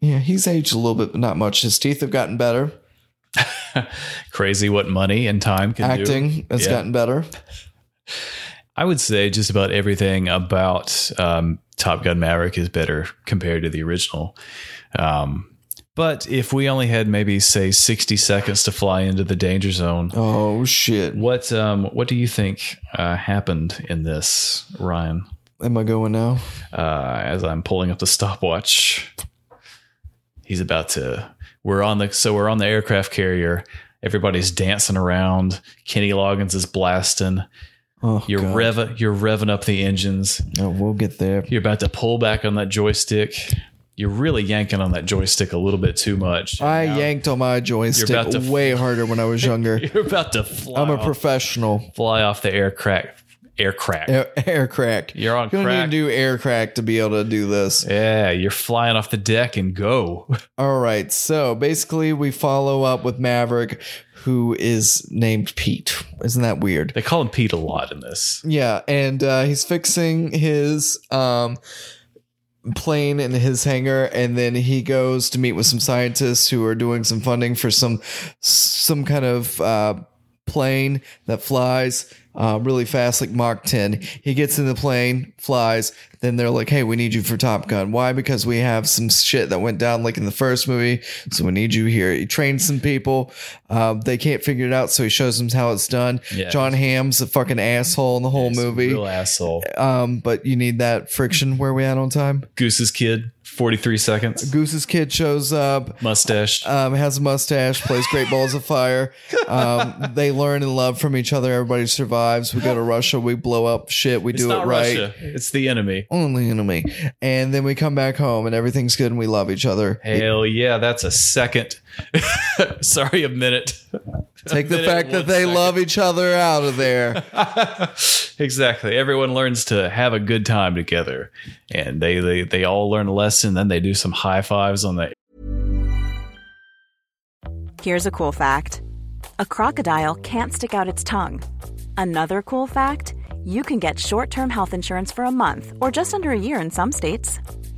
yeah, he's aged a little bit, but not much. His teeth have gotten better. Crazy what money and time can do. Acting has Yeah. gotten better. I would say just about everything about um, Top Gun Maverick is better compared to the original. Um, but if we only had maybe say sixty seconds to fly into the danger zone, Oh shit. what um, what do you think uh, happened in this, Ryan? Am I going now? Uh, as I'm pulling up the stopwatch, he's about to. We're on the so we're on the aircraft carrier, Everybody's dancing around. Kenny Loggins is blasting. Oh, You're God. rev you're revving up the engines. Oh, we'll get there. You're about to pull back on that joystick. You're really yanking on that joystick a little bit too much. I yanked on my joystick about to- way harder when I was younger. You're about to fly, I'm a off, professional fly off the aircraft. Aircraft. air, air crack. You're on You don't crack. need to do air crack to be able to do this. yeah, you're flying off the deck and go. All right. So basically, we follow up with Maverick, who is named Pete. Isn't that weird? They call him Pete a lot in this. Yeah, and uh, he's fixing his um, plane in his hangar, and then he goes to meet with some scientists who are doing some funding for some some kind of uh, plane that flies uh, really fast, like Mach ten. He gets in the plane, flies. Then they're like, "Hey, we need you for Top Gun. Why? Because we have some shit that went down like in the first movie, so we need you here." He trains some people. Uh, they can't figure it out, so he shows them how it's done. Yeah. John Ham's a fucking asshole in the whole He's a movie. Real asshole. Um, but you need that friction. Where are we at on time? Goose's kid, 43 seconds. Goose's kid shows up. Mustache. Um, has a mustache, plays Great Balls of Fire. Um, they learn and love from each other. Everybody survives. We go to Russia. We blow up shit. We it's do it not right. Russia. It's the enemy. Only enemy. And then we come back home and everything's good and we love each other. Hell yeah, that's a second. Sorry, a minute. Take the minute, fact that one they second. love each other out of there. exactly. Everyone learns to have a good time together, and they they, they all learn a lesson. Then they do some high fives on the Here's a cool fact a crocodile can't stick out its tongue. Another cool fact you can get short term health insurance for a month or just under a year in some states.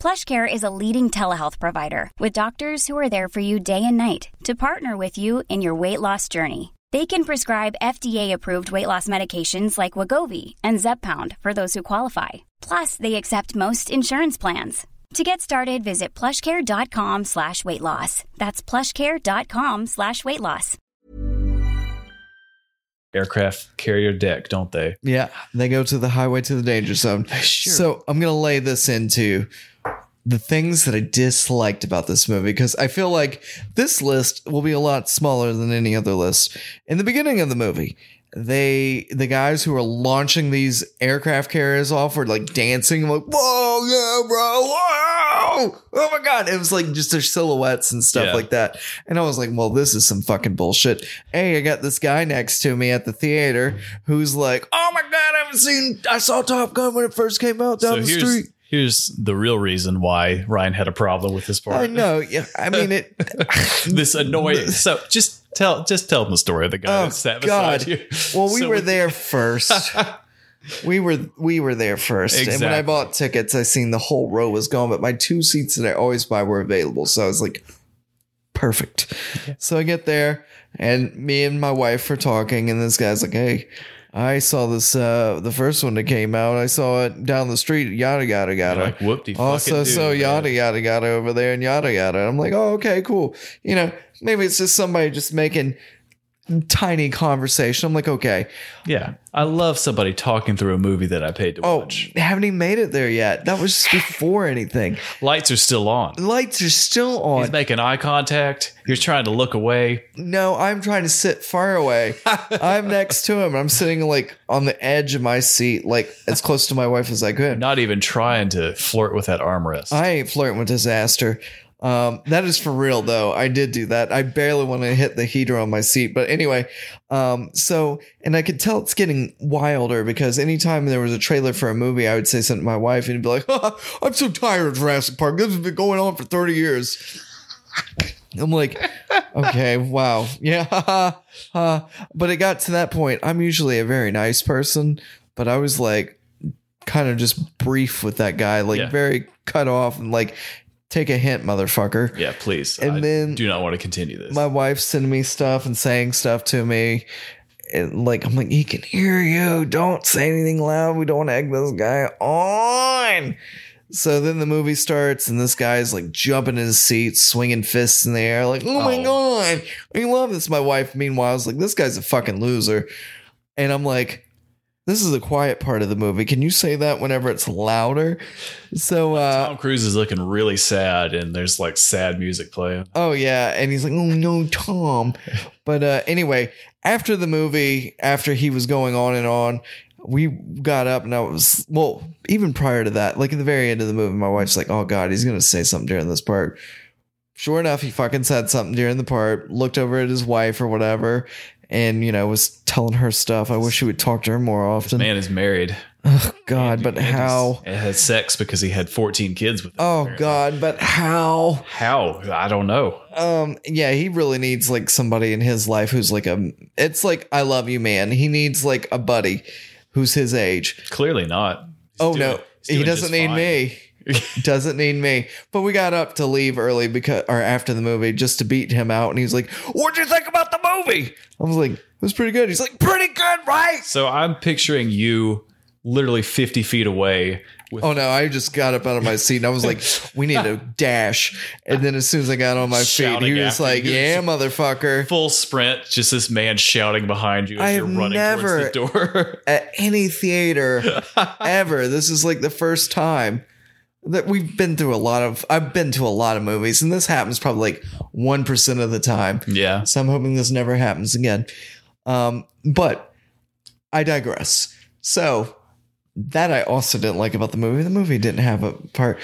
PlushCare is a leading telehealth provider with doctors who are there for you day and night to partner with you in your weight loss journey. They can prescribe FDA-approved weight loss medications like Wagovi and Zepbound for those who qualify. Plus, they accept most insurance plans. To get started, visit plushcare.com slash weight loss. That's plushcare.com slash weight loss. aircraft carrier deck, don't they? Yeah, they go to the highway to the danger zone. So I'm gonna lay this into the things that I disliked about this movie because I feel like this list will be a lot smaller than any other list. In the beginning of the movie, they the guys who are launching these aircraft carriers off were like dancing like whoa yeah bro whoa oh my god it was like just their silhouettes and stuff Yeah. like that and I was like well this is some fucking bullshit hey I got this guy next to me at the theater who's like oh my god I haven't seen I saw Top Gun when it first came out down so the here's street here's the real reason why Ryan had a problem with this part. I know yeah I mean it this annoying. so just tell just tell them the story of the guy Oh, that sat God. beside you. Well, we So were when- there first. we were we were there first. And when I Exactly. bought tickets, I seen the whole row was gone, but my two seats that I always buy were available. So I was like, perfect. So I get there, and me and my wife are talking, and this guy's like, hey. I saw this uh the first one that came out. I saw it down the street, yada yada yada. like, whoop-de-fucking Also, do, so man. yada yada yada over there and yada yada. I'm like, oh okay, cool. You know, maybe it's just somebody just making tiny conversation. I'm like, okay. Yeah, I love somebody talking through a movie that I paid to Oh, watch. haven't even made it there yet. That was just before anything. Lights are still on. Lights are still on. He's making eye contact. You're trying to look away. no, I'm trying to sit far away. I'm next to him. I'm sitting like on the edge of my seat, like as close to my wife as I could. Not even trying to flirt with that armrest. I ain't flirting with disaster. Um, that is for real though. I did do that. I barely want to hit the heater on my seat, but anyway. Um, so and I could tell it's getting wilder because anytime there was a trailer for a movie, I would say something to my wife and be like, "I'm so tired of Jurassic Park. This has been going on for 30 years." I'm like, okay, wow, yeah, uh, but it got to that point. I'm usually a very nice person, but I was like, kind of just brief with that guy, like Yeah. very cut off and like Take a hint, motherfucker. Yeah, please. And I then do not want to continue this. my wife sending me stuff and saying stuff to me. And like I'm like, he can hear you. Don't say anything loud. We don't want to egg this guy on. So then the movie starts, and this guy's like jumping in his seat, swinging fists in the air, like, oh, my God, I love this. My wife, meanwhile, is like, this guy's a fucking loser. And I'm like, this is the quiet part of the movie. Can you say that whenever it's louder? So, uh, Tom Cruise is looking really sad, and there's like sad music playing. Oh yeah, and he's like, "Oh no, Tom." But uh, anyway, after the movie, after he was going on and on, we got up, and I was well, even prior to that, like at the very end of the movie, my wife's like, "Oh God, he's gonna say something during this part." Sure enough, he fucking said something during the part. Looked over at his wife or whatever, and you know was telling her stuff. I wish he would talk to her more often. Man is married. Oh God, but how? And had sex because he had 14 kids with. Him, Oh apparently. God, but how? How? I don't know. um yeah he really needs like somebody in his life who's like a it's like i love you man he needs like a buddy who's his age Clearly not. He's oh doing- no he's he doing doesn't just need fine. me doesn't need me but we got up to leave early because or after the movie just to beat him out and he's like what'd you think about the movie i was like it was pretty good he's like pretty good right So I'm picturing you literally 50 feet away with oh no i just got up out of my seat and i was like we need to dash and then as soon as i got on my feet he Shouting was after like you. yeah motherfucker full sprint, just this man shouting behind you as I you're have running never- towards the door. at any theater ever. This is like the first time that we've been through a lot of I've been to a lot of movies and this happens probably like 1% of the time. yeah. So I'm hoping this never happens again. Um but I digress. So that I also didn't like about the movie. The movie didn't have a part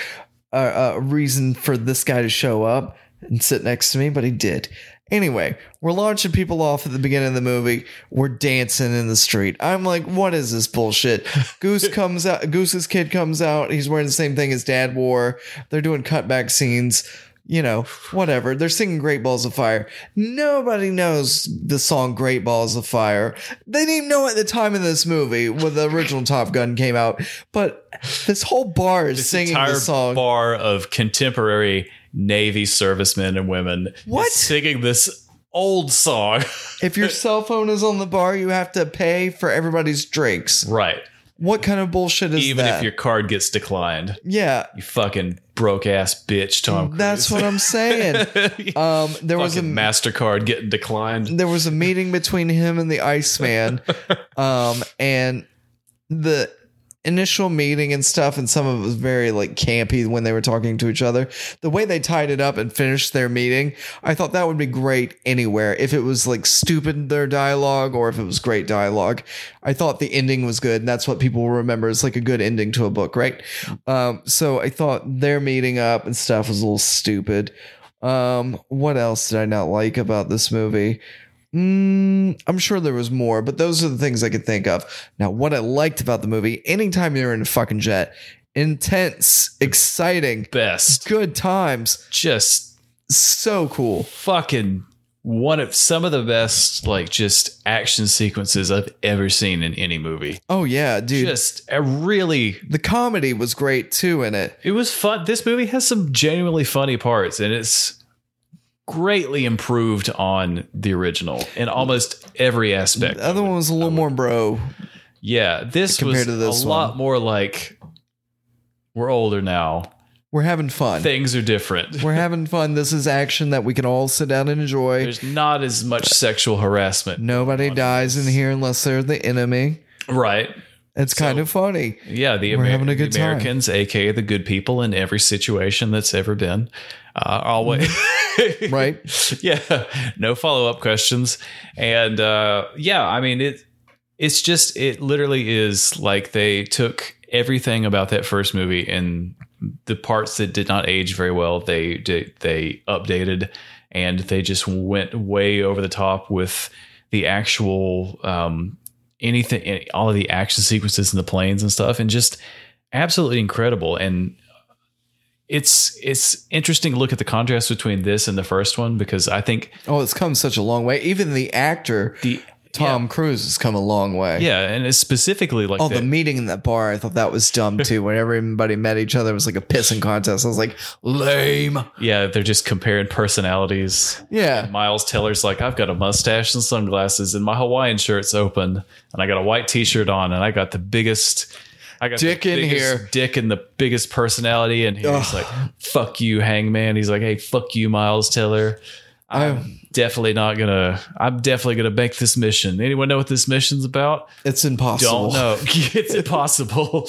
uh, a reason for this guy to show up and sit next to me, but he did. Anyway, we're launching people off at the beginning of the movie. We're dancing in the street. I'm like, what is this bullshit? Goose comes out. Goose's kid comes out. He's wearing the same thing his dad wore. They're doing cutback scenes. You know, whatever. They're singing Great Balls of Fire. Nobody knows the song Great Balls of Fire. They didn't even know at the time of this movie when the original Top Gun came out. But this whole bar is This singing entire the song. bar of contemporary Navy servicemen and women is What? singing this old song. If your cell phone is on the bar, you have to pay for everybody's drinks. right. What kind of bullshit is Even that? if your card gets declined. yeah, You fucking broke ass bitch, Tom Cruise. that's what I'm saying. um, there was a Fucking MasterCard getting declined. there was a meeting between him and the Iceman, um, and the initial meeting and stuff, and some of it was very like campy when they were talking to each other. The way they tied it up and finished their meeting, I thought that would be great anywhere. If it was like stupid their dialogue, or if it was great dialogue, I thought the ending was good, and that's what people will remember. It's like a good ending to a book, right? Um, so I thought their meeting up and stuff was a little stupid. Um, what else did I not like about this movie? Mm, I'm sure there was more, but those are the things I could think of. Now, what I liked about the movie, anytime you're in a fucking jet, intense, exciting, Best. good times, Just so cool. fucking one of some of the best like just action sequences I've ever seen in any movie. Oh yeah, dude. Just a really the comedy was great too in it. it was fun. This movie has some genuinely funny parts and it's greatly improved on the original in almost every aspect. The other one was a little more bro. Yeah, this Compared was to this a lot one. more like we're older now. We're having fun. Things are different. We're having fun. This is action that we can all sit down and enjoy. There's not as much sexual harassment. Nobody dies in here unless they're the enemy. Right. It's kind of funny. Yeah, the, We're Amer- having a the good time. Americans, aka the good people, in every situation that's ever been, uh, always. Mm-hmm. right? yeah, no follow up questions, and uh, yeah, I mean it. It's just it literally is like they took everything about that first movie and the parts that did not age very well. They they, they updated and they just went way over the top with the actual um, anything, all of the action sequences in the planes and stuff, and just absolutely incredible and it's it's interesting to look at the contrast between this and the first one because I think Oh, it's come such a long way. Even the actor, the Tom Cruise has come a long way. Yeah, and it's specifically like Oh, that. the meeting in that bar, I thought that was dumb too. When everybody met each other, it was like a pissing contest. I was like, lame. yeah, they're just comparing personalities. Yeah. Miles Teller's like, I've got a mustache and sunglasses, and my Hawaiian shirt's open, and I got a white T-shirt on, and I got the biggest, I got Dick the in biggest here. dick and the biggest personality, and he's like, "Fuck you, Hangman." He's like, "Hey, fuck you, Miles Teller." I'm definitely not gonna. I'm definitely gonna make this mission. Anyone know what this mission's about? It's Don't impossible. know. it's impossible.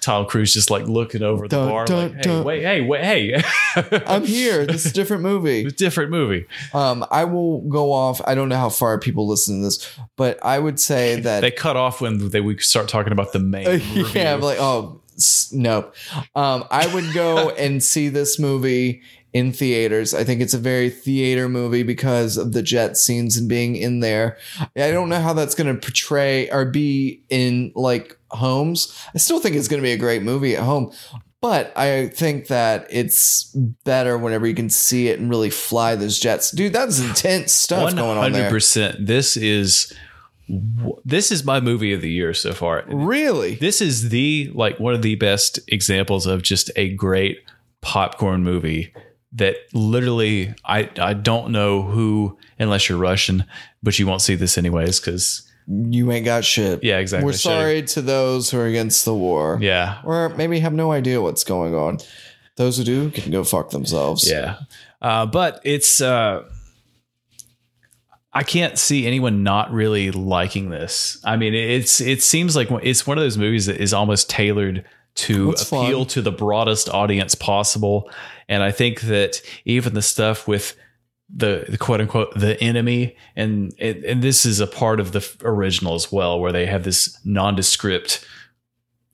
Tom Cruise just like looking over the Dun, bar, dun, like, "Hey, dun. wait, hey, wait, hey." I'm here. This is a different movie. Different movie. Um, I will go off. I don't know how far people listen to this, but I would say that They cut off when they we start talking about the main. review. yeah, I'm like, oh, s- nope. Um, I would go and see this movie in theaters. I think it's a very theater movie because of the jet scenes and being in there. I don't know how that's going to portray or be in like homes. I still think it's going to be a great movie at home. But I think that it's better whenever you can see it and really fly those jets. Dude, that's intense stuff going on there. 100%. This is this is my movie of the year so far. Really? This is the like one of the best examples of just a great popcorn movie that literally I I don't know who unless you're Russian, but you won't see this anyways cuz You ain't got shit. Yeah, exactly. We're Should've- sorry to those who are against the war. yeah. or maybe have no idea what's going on. Those who do can go fuck themselves. Yeah. Uh, but it's uh I can't see anyone not really liking this. I mean, it's it seems like it's one of those movies that is almost tailored to That's fun. appeal to the broadest audience possible. And I think that even the stuff with the, the quote unquote the enemy and and and this is a part of the f- original as well where they have this nondescript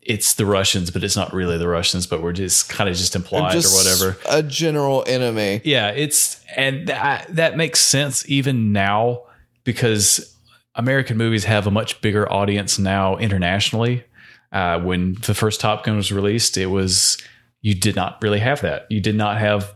it's the Russians but it's not really the Russians but we're just kind of just implied or whatever A general enemy. yeah, it's and that that makes sense even now because American movies have a much bigger audience now internationally. Uh, when the first Top Gun was released, it was you did not really have that. You did not have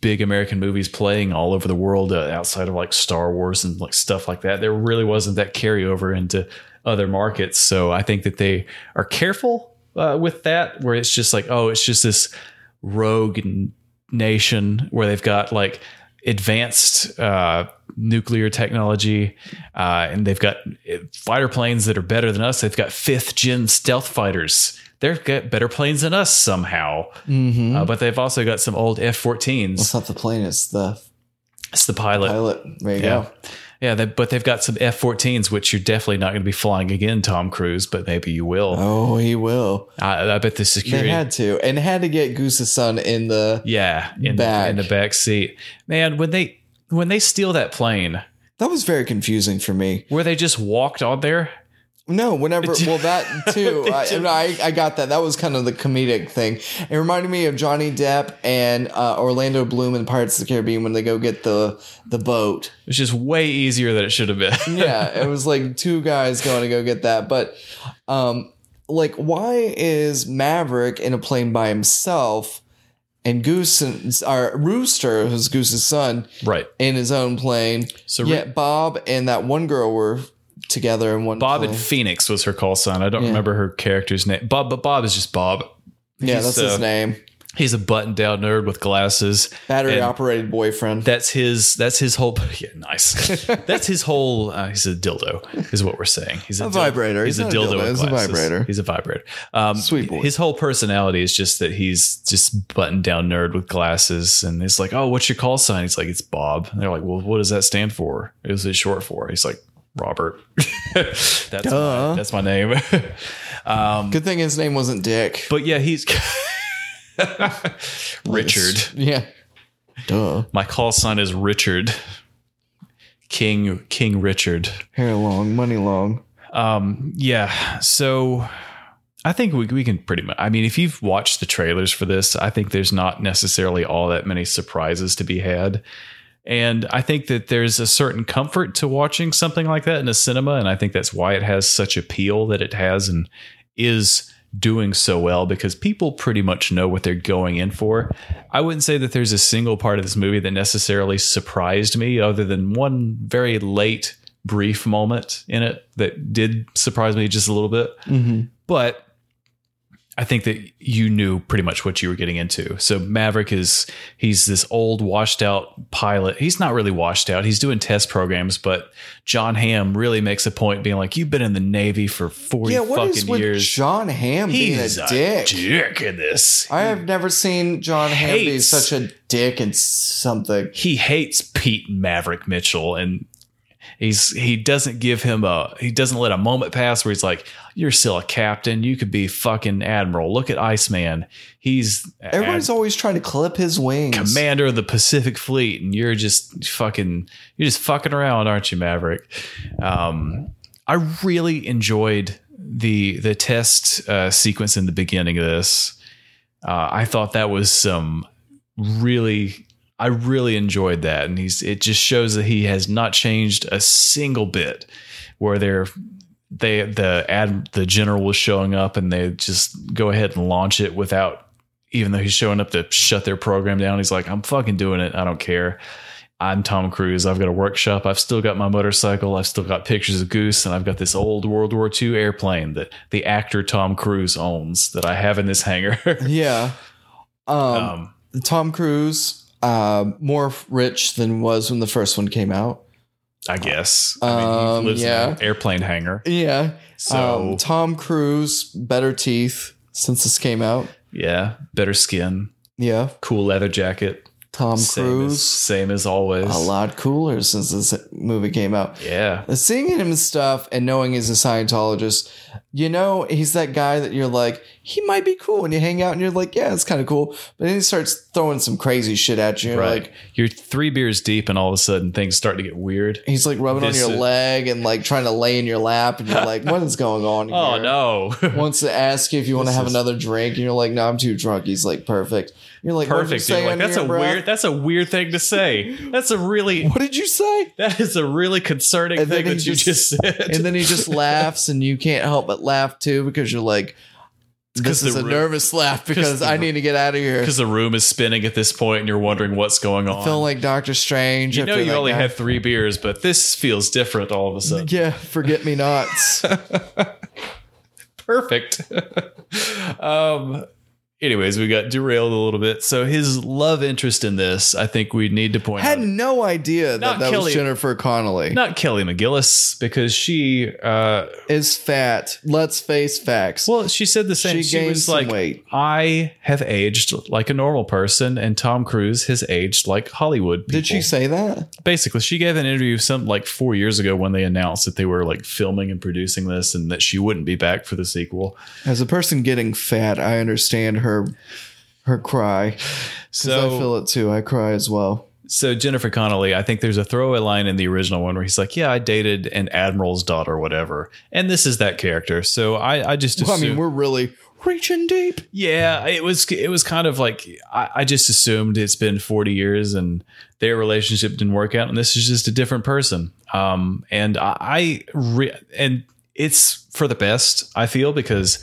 big American movies playing all over the world uh, outside of like Star Wars and like stuff like that. There really wasn't that carryover into other markets. So I think that they are careful uh, with that, where it's just like, oh, it's just this rogue n- nation where they've got like advanced uh, nuclear technology uh, and they've got uh, fighter planes that are better than us. They've got fifth gen stealth fighters. They've got better planes than us somehow, Mm-hmm. uh, but they've also got some old F 14s. it's not the plane, it's the It's the pilot. pilot. There you Yeah. go. Yeah, they, but they've got some F 14s, which you're definitely not going to be flying again, Tom Cruise, but maybe you will. Oh, he will. I, I bet the security. They had to. And had to get Goose's son in the. yeah, in, Back. The, in the back seat. Man, when they when they steal that plane, That was very confusing for me. where they just walked on there, No, whenever. Well, that too. I, and I, I got that. That was kind of the comedic thing. It reminded me of Johnny Depp and uh, Orlando Bloom in Pirates of the Caribbean when they go get the the boat. it's just way easier than it should have been. yeah, it was like two guys going to go get that. But um like why is Maverick in a plane by himself and Goose and or Rooster, who's Goose's son, right. in his own plane. So So Roo- yet Bob and that one girl were together in one Bob plane. and Phoenix was her call sign. I don't Yeah. remember her character's name. Bob, but Bob is just Bob. yeah, that's he's, uh, his name. He's a button down nerd with glasses. Battery and- operated boyfriend. That's his. That's his whole. Yeah, nice. that's his whole. Uh, he's a dildo, is what we're saying. He's a, A dil- vibrator. He's, He's a not a dildo. dildo, with he's a glasses. vibrator. He's a vibrator. Um, Sweet boy. His whole personality is just that he's just button down nerd with glasses, and it's like, oh, what's your call sign? He's like, it's Bob. And they're like, well, what does that stand for? Is it short for? He's like, Robert. that's my, that's my name. um, Good thing his name wasn't Dick. but yeah, he's Richard. Yeah. Duh. My call sign is Richard. King King Richard. Hair long, money long. Um yeah, so I think we we can pretty much I mean if you've watched the trailers for this, I think there's not necessarily all that many surprises to be had. And I think that there's a certain comfort to watching something like that in a cinema and I think that's why it has such appeal that it has and is doing so well because people pretty much know what they're going in for. I wouldn't say that there's a single part of this movie that necessarily surprised me, other than one very late brief moment in it that did surprise me just a little bit. But I think that you knew pretty much what you were getting into. So Maverick is he's this old washed out pilot. He's not really washed out. He's doing test programs, but John Hamm really makes a point being like, "You've been in the Navy for forty Yeah, what fucking is with years. John Hamm being he's a, dick? dick in this. I have never seen John Hamm be Hates- such a dick and something. he hates Pete Maverick Mitchell and he's he doesn't give him a he doesn't let a moment pass where he's like you're still a captain you could be fucking admiral look at Iceman he's Everybody's ad- always trying to clip his wings. commander of the Pacific Fleet and you're just fucking you're just fucking around aren't you Maverick um I really enjoyed the the test uh, sequence in the beginning of this uh, I thought that was some really I really enjoyed that and he's it just shows that he has not changed a single bit where they're they the ad the general was showing up and they just go ahead and launch it without even though he's showing up to shut their program down he's like I'm fucking doing it I don't care I'm Tom Cruise I've got a workshop I've still got my motorcycle I've still got pictures of goose and I've got this old World War II airplane that the actor Tom Cruise owns that I have in this hangar Yeah. Um, um Tom Cruise, uh, more rich than was when the first one came out. I guess. I mean, Um, he lives in yeah. an airplane hangar. Yeah. So- um, Tom Cruise, better teeth since this came out. Yeah. Better skin, Yeah. cool leather jacket. Tom same As, Cruise, same as always. a lot cooler since this movie came out. Yeah. Seeing him and stuff and knowing he's a Scientologist, you know, he's that guy that you're like, he might be cool. And you hang out and you're like, yeah, it's kind of cool. But then he starts throwing some crazy shit at you. and you're Right. Like, You're three beers deep, and all of a sudden things start to get weird. he's like rubbing This on your is- leg and like trying to lay in your lap. And you're like, what is going on here? Oh, no. Wants to ask you if you want to have another drink. And you're like, no, I'm too drunk. He's like, perfect. You're like, "What'd you Perfect. say Dude. Like, under that's a your breath?" weird that's a weird thing to say. That's a really What did you say? that is a really concerning And thing then that he you just just- said. And then he just laughs, and you can't help but laugh too because you're like, 'cause this is the a room- nervous laugh because the I room- need to get out of here. because the room is spinning at this point and you're wondering what's going on. I feel like Doctor Strange. you know after you that only guy- had three beers, but this feels different all of a sudden. Yeah, forget me nots. perfect. um, anyways, we got derailed a little bit. So his love interest in this, I think we need to point had out, no idea that Not that Kelly. was Jennifer Connolly. not Kelly McGillis because she, uh, Is fat. Let's face facts. well, she said the same. She She, gained was some like, weight. "I have aged like a normal person, and Tom Cruise has aged like Hollywood." People. Did she say that? basically she gave an interview some like four years ago when they announced that they were like filming and producing this and that she wouldn't be back for the sequel. As a person getting fat, I understand her her cry. 'Cause So I feel it too. I cry as well. So Jennifer Connelly, I think there's a throwaway line in the original one where he's like, "Yeah, I dated an admiral's daughter, whatever," and this is that character. So I, I just Well, I assume, mean, we're really reaching deep. yeah, it was, it was kind of like I, I just assumed it's been 40 years and their relationship didn't work out, and this is just a different person. Um, and I, I re- and it's for the best, I feel, because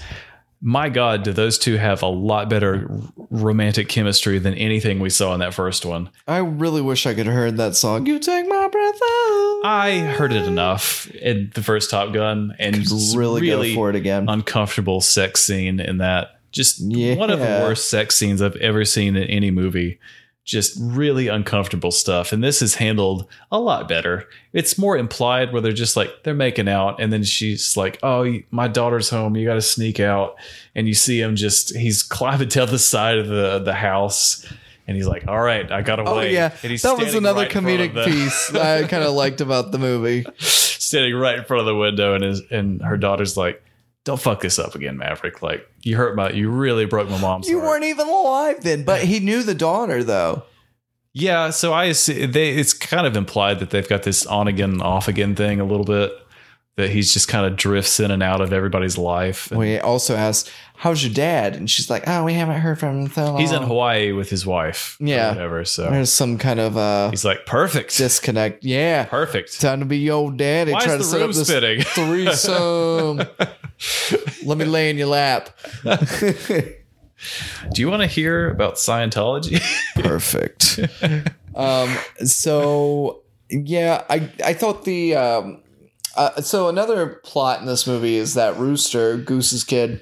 my God, do those two have a lot better r- romantic chemistry than anything we saw in that first one. I really wish I could have heard that song. You take my breath away. I heard it enough in the first Top Gun, and really, really, go for it again. uncomfortable sex scene in that. Just Yeah. one of the worst sex scenes I've ever seen in any movie. Just really uncomfortable stuff, and this is handled a lot better. It's more implied where they're just like they're making out, and then she's like, "Oh, you- my daughter's home. You got to sneak out," and you see him just he's climbing down the side of the the house. And he's like, "All right, I got away." oh yeah, and he's that was standing another right in front of comedic the- piece I kind of liked about the movie. standing right in front of the window and his and her daughter's like don't fuck this up again maverick like you hurt my you really broke my mom's You heart." weren't even alive then, but he knew the daughter though. yeah so i see they it's kind of implied that they've got this on again off again thing a little bit that he's just kind of drifts in and out of everybody's life And We also asked, "How's your dad?" And she's like, "Oh, we haven't heard from him in so long." he's in hawaii with his wife or Yeah. whatever so There's some kind of uh, he's like perfect disconnect. Yeah, perfect time to be your old daddy. why trying is to the set room up this spinning threesome. Let me lay in your lap. do you want to hear about scientology Perfect. um, so yeah, I I thought the um, Uh, so another plot in this movie is that Rooster, Goose's kid,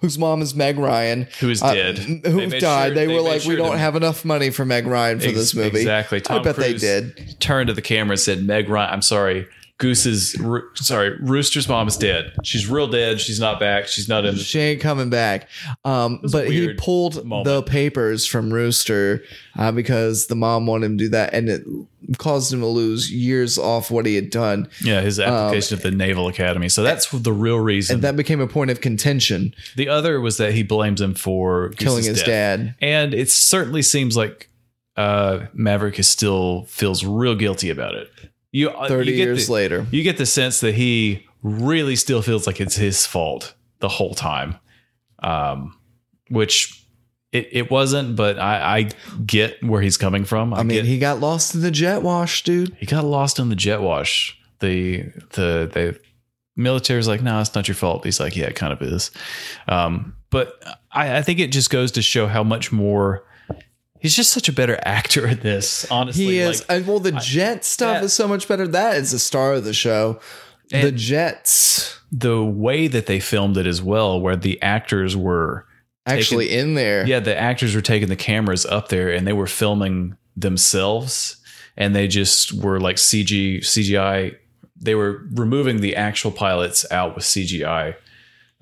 whose mom is Meg Ryan, Who is uh, dead. n- They who made died. sure- they, they were made like, sure we don't to- have enough money for Meg Ryan for Ex- this movie. Exactly. I bet Cruise they did. Turned to the camera and said, "Meg Ryan, I'm sorry, Goose's, Roo- sorry, Rooster's mom is dead. She's real dead. She's not back. She's not in." She ain't coming back. Um, a but he weird pulled moment. the papers from Rooster uh, because the mom wanted him to do that, and it caused him to lose years off what he had done. Yeah, his application at the Naval Academy. So that's the real reason. Oh, And that became a point of contention. the other was that he blames him for Goose's Killing his death. dad. and it certainly seems like uh, Maverick is still feels real guilty about it. You uh, 30 you get years the- later. you get the sense that he really still feels like it's his fault the whole time, um, which it, it wasn't. But I, I get where he's coming from. I, I mean, get- he got lost in the jet wash, dude. he got lost in the jet wash. The the the military's like, no, it's not your fault. He's like, yeah, it kind of is. Um, but I, I think it just goes to show how much more he's just such a better actor at this. Honestly, He like, is. and well, the jet stuff that- is so much better. That is the star of the show. The And- jets the way that they filmed it as well, where the actors were actually in there. yeah, the actors were taking the cameras up there and they were filming themselves and they just were like CG CGI they were removing the actual pilots out with CGI.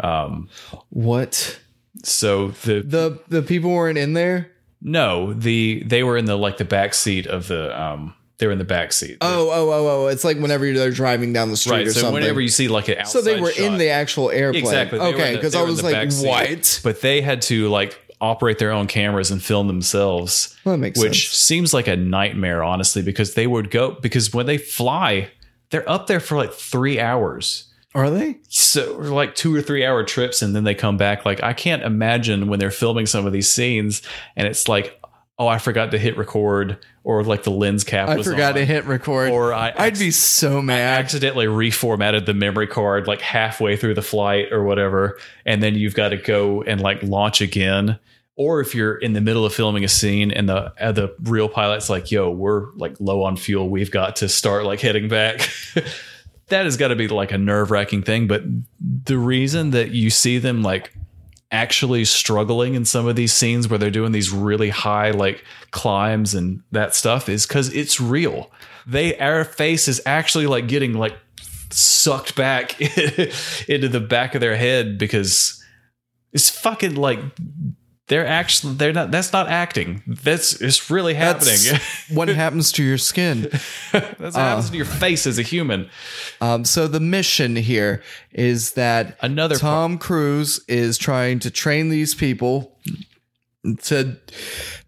Um, What so the, the the people weren't in there? no, the they were in the like the back seat of the um they were in the back seat. Oh, oh, oh, oh! It's like whenever you're they're driving down the street right. or So something. whenever you see like an outside so they were in shot- the actual airplane. Exactly. They were in okay, the- because they I were in was the like, back seat. what? But they had to like operate their own cameras and film themselves. Well, that makes which sense. seems like a nightmare, honestly, because they would go because when they fly, they're up there for like three hours. Are they? So or, like two or three hour trips and then they come back. Like I can't imagine when they're filming some of these scenes and it's like, oh, I forgot to hit record or like the lens cap I was forgot on, to hit record. Or I I'd be so mad. accidentally reformatted the memory card like halfway through the flight or whatever, and then you've got to go and like launch again. Or if you're in the middle of filming a scene and the uh, the real pilot's like, "Yo, we're like low on fuel. We've got to start like heading back." that has got to be like a nerve wracking thing. But the reason that you see them like actually struggling in some of these scenes where they're doing these really high like climbs and that stuff is because it's real. They our face is actually like getting like sucked back into the back of their head because it's fucking like they're actually they're not that's not acting that's it's really happening That's what happens to your skin. that's what happens uh, to your face as a human Um, so the mission here is that Another Tom Cruise is trying to train these people to.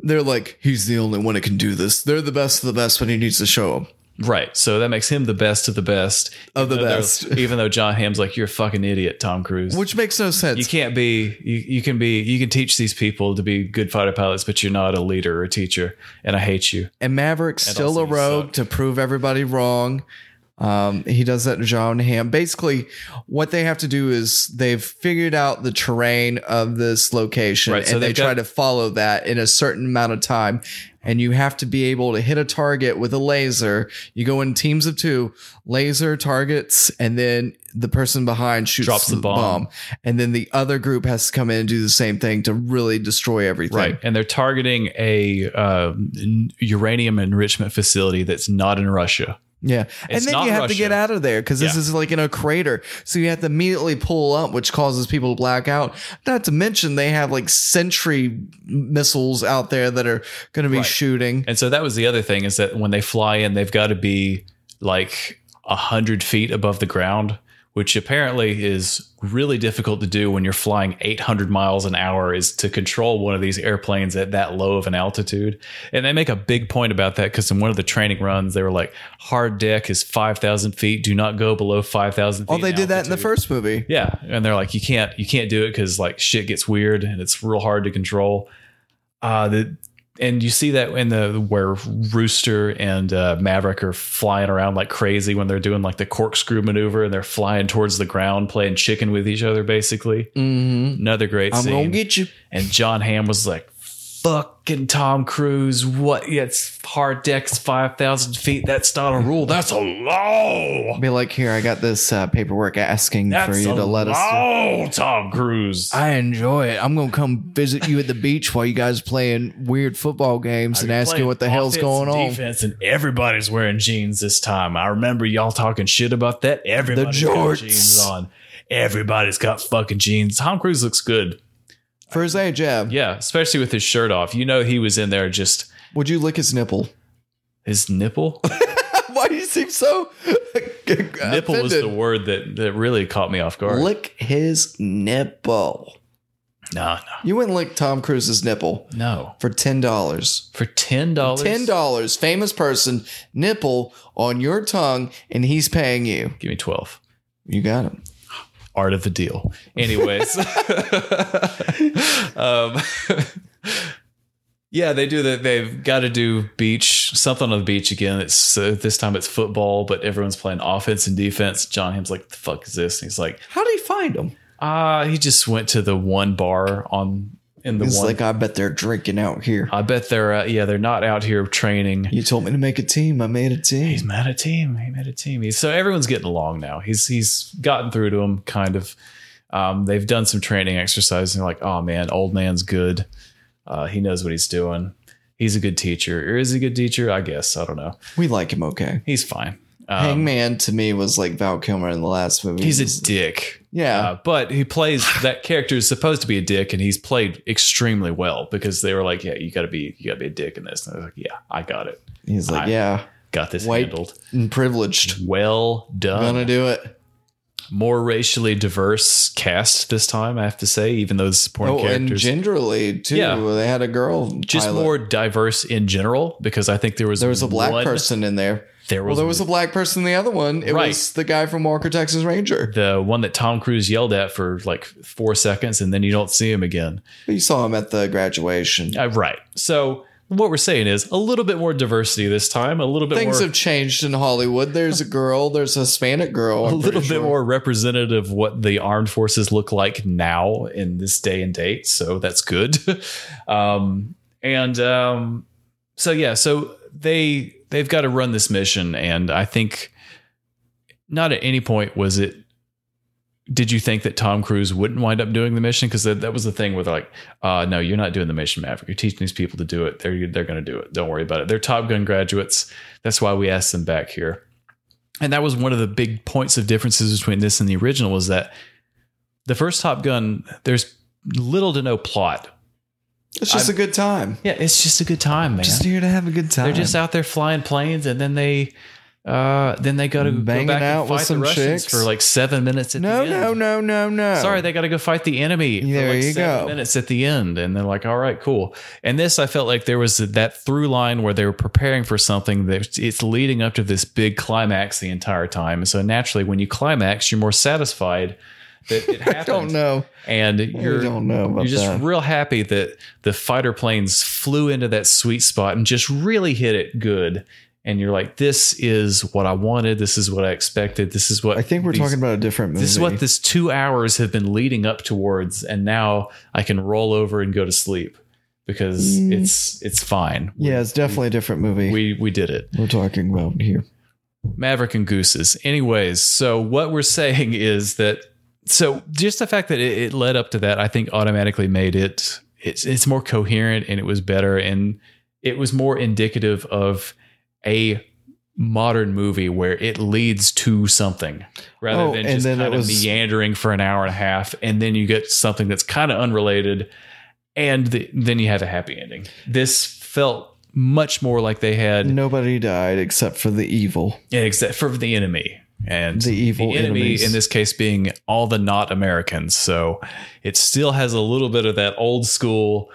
They're like, he's the only one that can do this. They're the best of the best, but he needs to show them. Right. So that makes him the best of the best Of the Even though- best. even though John Hamm's like, you're a fucking idiot, Tom Cruise. Which makes no sense. you can't be. You, you can be. You can teach these people to be good fighter pilots, but you're not a leader or a teacher. And I hate you. And Maverick's And still also a you rogue suck. to prove everybody wrong. Um, he does that to John Ham. Basically, what they have to do is they've figured out the terrain of this location Right, so and they they've got- try to follow that in a certain amount of time. And you have to be able to hit a target with a laser. You go in teams of two, laser targets, and then the person behind shoots Drops the bomb. And then the other group has to come in and do the same thing to really destroy everything. Right. And they're targeting a uh, n- uranium enrichment facility that's not in Russia. Yeah. and It's then not you have to Russia. get out of there because this Yeah. is like in a crater. So you have to immediately pull up, which causes people to black out. Not to mention, they have like sentry missiles out there that are going to be shooting. And so that was the other thing is that when they fly in, they've got to be like a hundred feet above the ground, which apparently is really difficult to do when you're flying 800 miles an hour. Is to control one of these airplanes at that low of an altitude, and they make a big point about that because in one of the training runs, they were like, "Hard deck is 5,000 feet. Do not go below 5,000." Oh, feet they in did that in the altitude." first movie. Yeah, and they're like, you can't, you can't do it because like shit gets weird and it's real hard to control. Uh, the and you see that in the where Rooster and uh, Maverick are flying around like crazy when they're doing like the corkscrew maneuver and they're flying towards the ground, playing chicken with each other, basically. Mm-hmm. Another great I'm scene. going to get you. and John Hamm was like, fucking Tom Cruise. What? Yeah, it's hard decks, 5,000 feet. That's not a rule. That's a law. Be like, here, I got this uh, paperwork asking That's for you a to let us. law, Tom Cruise. I enjoy it. I'm gonna come visit you at the beach while you guys playing weird football games and ask you what the hell's going on. Defense and everybody's wearing jeans this time. I remember y'all talking shit about that. Everybody's got jorts. jeans on. Everybody's got fucking jeans. Tom Cruise looks good. For his age, yeah. Yeah, especially with his shirt off. You know he was in there just Would you lick his nipple? his nipple. Why do you seem so nipple was the offended? word that that really caught me off guard. Lick his nipple. no, You wouldn't lick Tom Cruise's nipple no, no. for ten dollars. For ten dollars, Ten dollars, famous person, nipple on your tongue, and he's paying you. Give me twelve. You got him. Art of the deal. Anyways, um, yeah, they do that. They've got to do beach something on the beach again. It's uh, this time it's football, but everyone's playing offense and defense. John Hamm's like, "The fuck is this?" And he's like, How do you find him? "Ah, he just went to the one bar on in the He's one." like, I bet they're drinking out here. I bet they're uh, yeah they're not out here training. You told me to make a team. I made a He's team. mad at team. He made a team. He's, so everyone's getting along now. He's he's gotten through to him kind of. Um, they've done some training exercises. And they're like, oh man, old man's good. Uh, he knows what he's doing. He's a good teacher. Or is he a good teacher? I guess I don't know. We like him, okay. He's fine. Um, Hangman to me was like Val Kilmer in the last movie. he's a dick. yeah. Uh, but he plays that character is supposed to be a dick, and he's played extremely well because they were like, "Yeah, you got to be, you got to be a dick in this." And I was like, "Yeah, I got it, he's like, I- yeah, got this White- handled." and privileged. Well done. Gonna do it. more racially diverse cast this time, I have to say, even though the supporting Oh, and characters gingerly too. Yeah. They had a girl. just pilot. more diverse in general, because I think there was There was a black one- person in there. There Well, was, there was a black person in the other one. It Right. was the guy from Walker Texas Ranger. the one that Tom Cruise yelled at for like four seconds, and then you don't see him again. You saw him at the graduation. Uh, right. So what we're saying is a little bit more diversity this time, a little bit Things more, have changed in Hollywood. There's a girl. There's a Hispanic girl. a I'm little bit pretty sure. more representative of what the armed forces look like now in this day and date. So that's good. um, and um, so yeah, so they they've got to run this mission, and I think not at any point was it. Did you think that Tom Cruise wouldn't wind up doing the mission? Because that, that was the thing with like, uh, no, you're not doing the mission, Maverick. You're teaching these people to do it. They're they're going to do it. Don't worry about it. They're Top Gun graduates. That's why we asked them back here and that was one of the big points of differences between this and the original was that the first Top Gun, there's little to no plot. It's just a good time. Yeah, it's just a good time, man. Just here to have a good time. They're just out there flying planes, and then they, uh, then they got to go Banging back out and with fight the some Russians chicks. for like seven minutes. At no, the end. no, no, no, no. Sorry, they got to go fight the enemy. There for like you seven go. Minutes at the end, and they're like, "All right, cool." And this, I felt like there was that through line where they were preparing for something that it's leading up to this big climax the entire time. And so naturally, when you climax, you're more satisfied that it happened. I don't know. And you're don't know about you're just that. real happy that the fighter planes flew into that sweet spot and just really hit it good. And you're like, this is what I wanted. This is what I expected. This is what I think we're these- talking about a different movie. this is what this two hours have been leading up towards, and now I can roll over and go to sleep because it's it's fine. yeah, it's definitely a different movie We we did it. we're talking about here. Maverick and Gooses. Anyways, so what we're saying is that so just the fact that it, it led up to that, I think automatically made it it's it's more coherent and it was better and it was more indicative of a modern movie where it leads to something rather Oh, than and just then kind it of was- meandering for an hour and a half and then you get something that's kind of unrelated and the, then you have a happy ending. This felt much more like they had Nobody died except for the evil. yeah, except for the enemy and The evil enemy enemies. in this case being all the not Americans. So it still has a little bit of that old school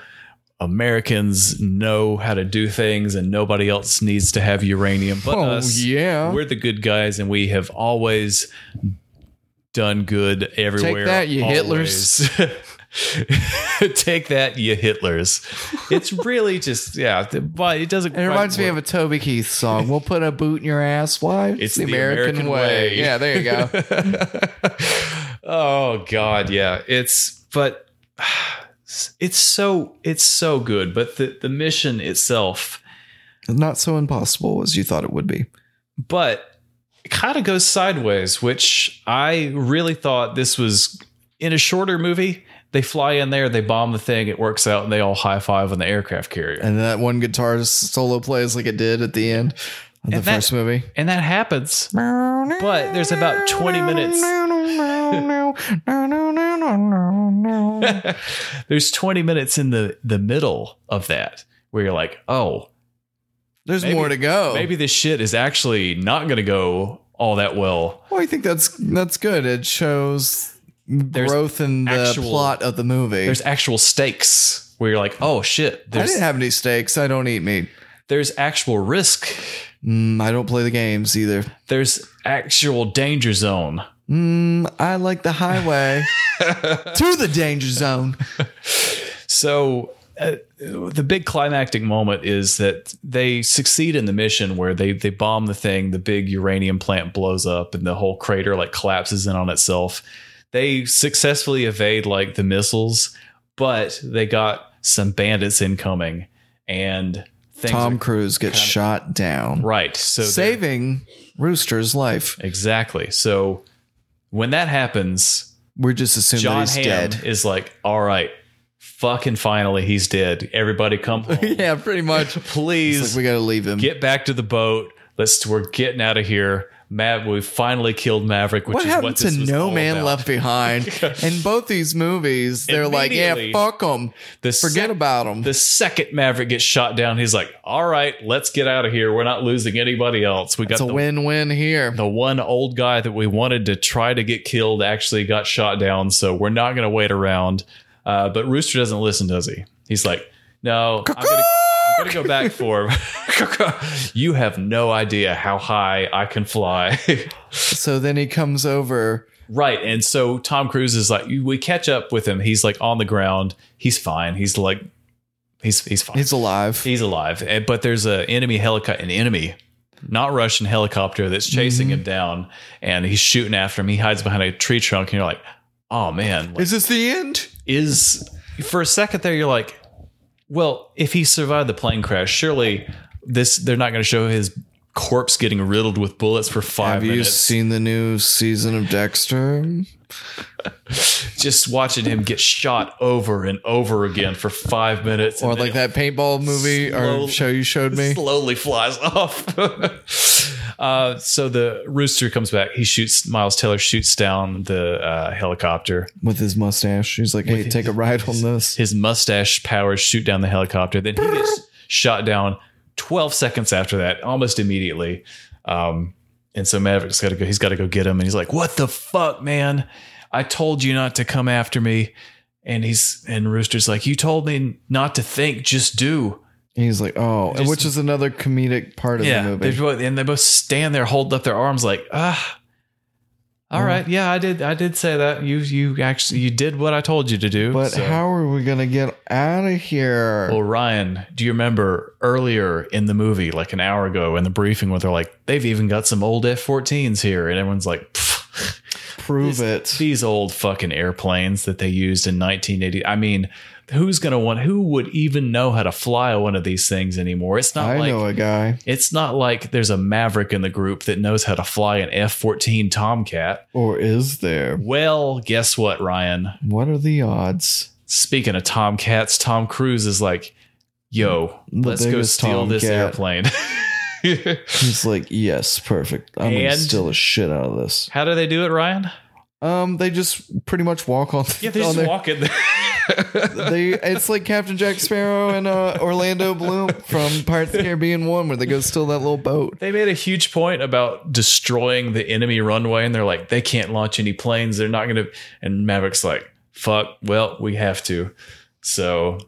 Americans know how to do things and nobody else needs to have uranium but Oh, us. yeah. We're the good guys and we have always done good everywhere. that, you always. Take that, you Hitlers. It's really just, yeah, th- but it doesn't. It reminds me of a Toby Keith song. We'll put a boot in your ass. Why? It's the American way. Yeah, there you go. oh god yeah it's but it's so it's so good, but the the mission itself, Not so impossible as you thought it would be. but it kind of goes sideways, which I really thought this was in a shorter movie. They fly in there, they bomb the thing, it works out, and they all high five on the aircraft carrier. And that one guitar solo plays like it did at the end of the And that- first movie. And that happens. But there's about 20 minutes. There's 20 minutes in the the middle of that where you're like, "Oh, There's Maybe- more to go. maybe this shit is actually not going to go all that well." Well, I think that's that's good. It shows growth in the actual- plot of the movie. There's actual stakes where you're like, "Oh shit, I there's didn't have any stakes. I don't eat meat. there's actual risk. Mm, I don't play the games either. There's actual danger zone." Mm, I like the highway to the danger zone. So uh, the big climactic moment is that they succeed in the mission where they they bomb the thing, the big uranium plant blows up, and the whole crater like collapses in on itself. They successfully evade like the missiles, but they got some bandits incoming, and things Tom are- Cruise gets shot down, right. So they're- saving Rooster's life. exactly. So when that happens, We're just assuming John that Hamm he's dead. is like, all right, fucking finally, he's dead. Everybody come home. yeah, pretty much. Please It's like we got to leave him. get back to the boat. Let's we're getting out of here. Matt, we finally killed Maverick, which what is happened what to this was No all Man about. Left Behind? In both these movies, they're like, yeah, Immediately, fuck them. The Forget sec- about them. The second Maverick gets shot down, he's like, "All right, let's get out of here. We're not losing anybody else. We it's got a the, win-win here. the one old guy that we wanted to try to get killed actually got shot down, so we're not going to wait around." Uh, but Rooster doesn't listen, does he? He's like, "No, I'm gonna, I'm gonna go back for him." you have no idea how high I can fly. So then he comes over. Right. And so Tom Cruise is like, we catch up with him. He's like on the ground. He's fine. He's like, he's he's fine. He's, He's alive. alive. And- But there's a enemy helicopter, an enemy, not Russian helicopter that's chasing Mm-hmm. him down, and he's shooting after him. He hides behind a tree trunk, and you're like, oh man, like, Is this the end? is for a second there, you're like, well, if he survived the plane crash, surely this they're not going to show his corpse getting riddled with bullets for five Have you minutes. seen the new season of Dexter? just watching him get shot over and over again for five minutes Or and like then that paintball movie or Slowly- show you showed me? slowly flies off uh, so the rooster comes back he shoots miles taylor shoots down the uh, helicopter With his mustache. He's like, hey, take a ride on this. his mustache powers shoot down the helicopter then he gets shot down 12 seconds after that almost immediately um, and so maverick's got to go he's got to go get him and he's like what the fuck man i told you not to come after me and he's and rooster's like you told me not to think just do He's like, oh, Just- which is another comedic part of the they movie. both and they both stand there, hold up their arms, like ah. Mm. All right, yeah, I did. I did say that. You, you actually, you did what I told you to do. But so- how are we going to get out of here? Well, Ryan, do you remember earlier in the movie, like an hour ago, in the briefing, where they're like, they've even got some old F-14s here, and everyone's like, "Pfft, Prove it. these old fucking airplanes that they used in 1980. I mean, who's gonna want? Who would even know how to fly one of these things anymore? It's not I like know a guy. it's not like there's a maverick in the group that knows how to fly an F 14 Tomcat. Or is there? Well, guess what, Ryan? What are the odds? Speaking of Tomcats, Tom Cruise is like, yo, The let's go biggest steal this Tomcat. airplane. He's like, yes, perfect. I'm going to And- steal the shit out of this. How do they do it, Ryan? Um, they just pretty much walk on. Yeah, they on just their- walk in there. They, it's like Captain Jack Sparrow and uh, Orlando Bloom from Pirates of the Caribbean One, where they go steal that little boat. They made a huge point about destroying the enemy runway, and they're like, they can't launch any planes. They're not going to. And Maverick's like, fuck, well, we have to. So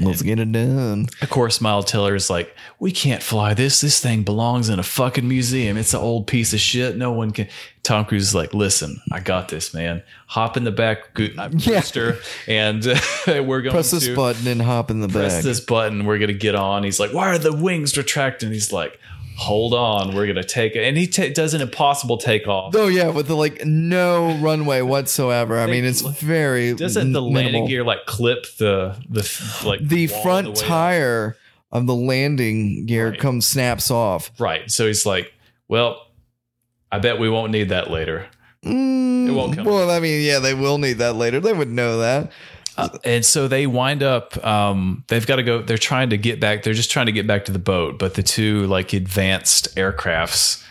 Let's get it done. Of course, Miles Teller is like, we can't fly this. This thing belongs in a fucking museum. It's an old piece of shit. No one can. Tom Cruise is like, listen, I got this, man. Hop in the back, go- uh, Brewster, and uh, we're going Press to this button and hop in the press bag. this button. We're going to get on. He's like, why are the wings retracting? He's like, hold on, we're gonna take it, and he ta does an impossible takeoff. Oh yeah, with the like no runway whatsoever. I mean, it's very Doesn't the n- landing minimal. gear like clip the the f- like the wall front way up? tire of the landing gear Right. comes snaps off. Right. So he's like, well, I bet we won't need that later. Mm, It won't come Well, I mean, yeah, they will need that later. They would know that. Uh, and so they wind up um, they've got to go they're trying to get back they're just trying to get back to the boat but the two like advanced aircrafts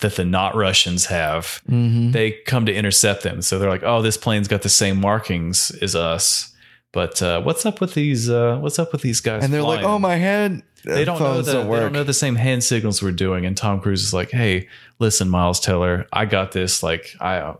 that the not russians have Mm-hmm. they come to intercept them so they're like oh this plane's got the same markings as us but uh, what's up with these uh, what's up with these guys And they're like, flying?" "Oh, my hand." they don't know phones the, don't they work." don't know the same hand signals we're doing and tom cruise is like hey listen miles teller i got this like i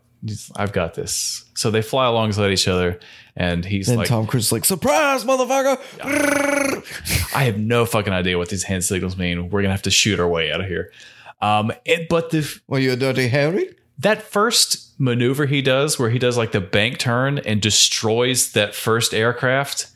i've got this so they fly alongside each other and he's and like Tom Cruise is like, "Surprise, motherfucker!" I have no fucking idea what these hand signals mean. We're gonna have to shoot our way out of here. Um, it, but the Were you a dirty Harry? that first maneuver he does, where he does like the bank turn and destroys that first aircraft,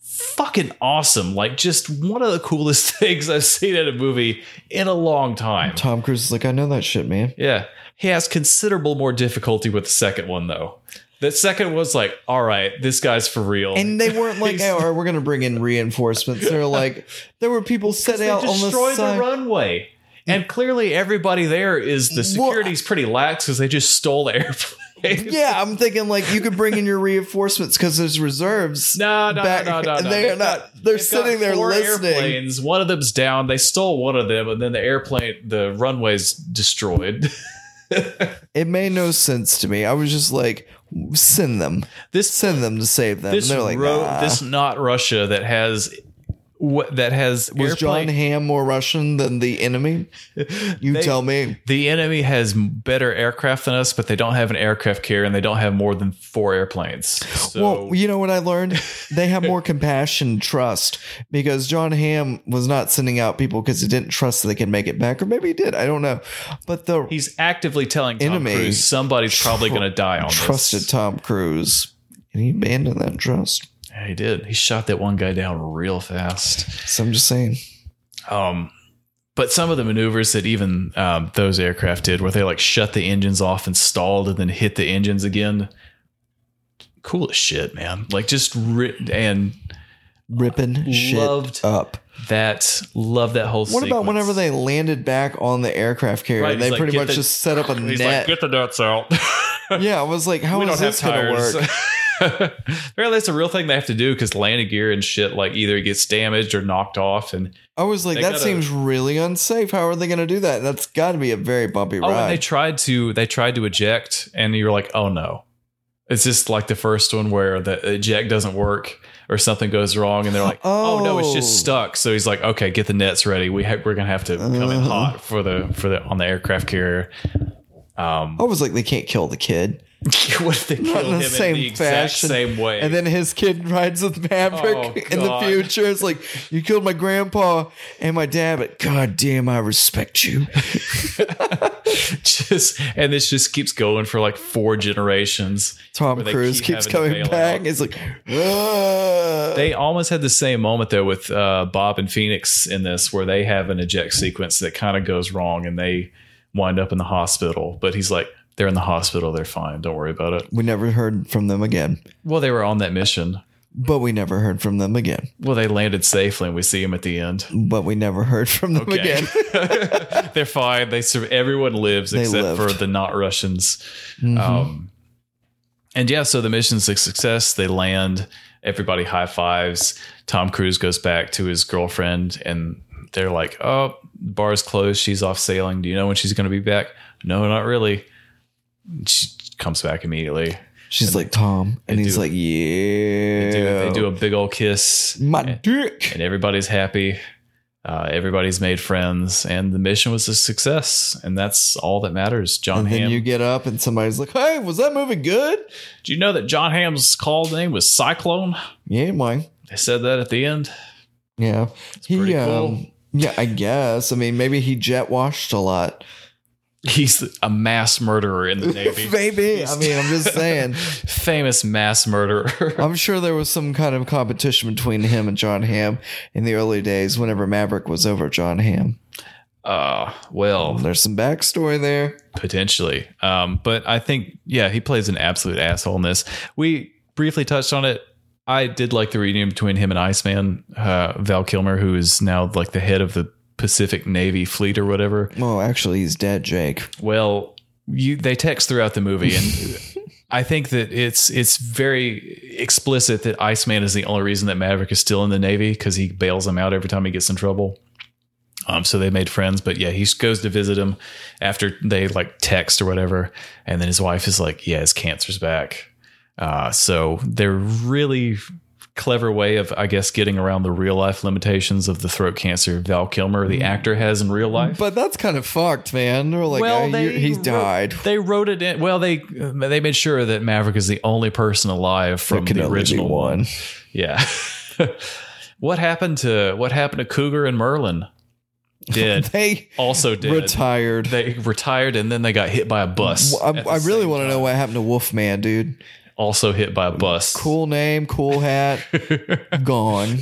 fucking awesome. Like just one of the coolest things I've seen in a movie in a long time. Tom Cruise is like, "I know that shit, man." Yeah, he has considerable more difficulty with the second one though. The second was like, all right, this guy's for real. And they weren't like, "Hey, all right, we're gonna bring in reinforcements." They're like, "There were people set they out on the destroy the, side." runway. And clearly, everybody there is the security's pretty lax because they just stole the airplane. Yeah, I'm thinking like you could bring in your reinforcements because there's reserves. No, no, back- no, no, no. They're They've not. got- They're they've got sitting there four listening. Airplanes. One of them's down. They stole one of them, and then the airplane, the runway's destroyed. It made no sense to me. I was just like, send them, this send them to save them. this and they're like, ro- nah. this not Russia that has what that has was airplane- John Hamm more Russian than the enemy? You They- tell me. The enemy has better aircraft than us, but they don't have an aircraft carrier, and they don't have more than four airplanes. So well, you know what I learned? They have more compassion, and trust, because John Hamm was not sending out people because he didn't trust that they could make it back, or maybe he did. I don't know. But the He's actively telling Tom Enemy. Cruise somebody's probably going to die on trusted this. Tom Cruise, and he abandoned that trust. Yeah, he did. He shot that one guy down real fast. So I'm just saying. Um, but some of the maneuvers that even um, those aircraft did, where they like shut the engines off and stalled, and then hit the engines again. Cool as shit, man. Like just ri- and ripping shit Loved up. that love that whole. What about whenever they landed back on the aircraft carrier? Right, they he's like, pretty "Get much the- just set up a He's like, net. get the nuts out. yeah, I was like, how we is don't have this going to tires. work? Apparently, that's a real thing they have to do because landing gear and shit like either it gets damaged or knocked off, and I was like, They that gotta- seems really unsafe. How are they going to do that? That's got to be a very bumpy Oh, and they ride. tried to they tried to eject, and you were like, oh no. It's just like the first one where the eject doesn't work or something goes wrong, and they're like, oh, no, it's Oh. just stuck. So he's like, okay, get the nets ready. We ha- we're gonna have to come in Uh-huh. hot for the for the on the aircraft carrier. Um, I was like, they can't kill the kid what if they kill not in him the same in the exact fashion, same way? and then his kid rides with Maverick Oh, in the God. future. It's like you killed my grandpa and my dad, but god damn, I respect you. just and this just keeps going for like four generations. Tom where they Cruise keep keeps having to coming bail back. out. It's like, uh, "Ugh." They almost had the same moment though with uh, Bob and Phoenix in this, where they have an eject sequence that kind of goes wrong, and they wind up in the hospital. But he's like, "They're in the hospital. They're fine. Don't worry about it." we never heard from them again. Well, they were on that mission. But we never heard from them again. Well, they landed safely, and we see him at the end. But we never heard from them again. they're fine. They sur- everyone lives They except lived. Mm-hmm. for the not Russians. Um, and yeah, so the mission's a success. They land. Everybody high fives. Tom Cruise goes back to his girlfriend, and they're like, "Oh, bar's closed. She's off sailing. Do you know when she's going to be back?" No, not really. She comes back immediately. She's like Tom, and he's do- like, They yeah. do, they do a big old kiss. my dick. and everybody's happy. Uh, everybody's made friends, and the mission was a success, and that's all that matters. John And then Hamm. you get up, and somebody's like, hey, was that movie good? Do you know that John Hamm's call name was Cyclone? Yeah, mine. They said that at the end. Yeah. He, um, pretty cool. yeah, I guess. I mean, maybe he jet washed a lot. He's a mass murderer in the Navy. Maybe. I mean, I'm just saying. Famous mass murderer. I'm sure there was some kind of competition between him and John Hamm in the early days whenever Maverick was over John Hamm. Uh, well, There's some backstory there. potentially. Um, but I think, yeah, he plays an absolute asshole in this. We briefly touched on it. I did like the reunion between him and Iceman, uh, Val Kilmer, who is now like the head of the Pacific Navy fleet or whatever. Well, actually, he's dead, Jake. Well, you they text throughout the movie and I think that it's it's very explicit that Iceman is the only reason that Maverick is still in the Navy because he bails him out every time he gets in trouble. Um, so they made friends, but yeah, he goes to visit him after they like text or whatever, and then his wife is like, "Yeah, his cancer's back." Uh, so they're really clever way of, I guess, getting around the real life limitations of the throat cancer Val Kilmer, the actor, has in real life. But that's kind of fucked, man. They're like, "Ah, you- he's wrote- died. They wrote it in. Well, they they made sure that Maverick is the only person alive from the original one. Yeah. what happened to what happened to Cougar and Merlin? Dead. They also dead. retired. They retired and then they got hit by a bus. Well, I, at the I really same want to know time. what happened to Wolfman, dude. Also hit by a bus. Cool name, cool hat, gone.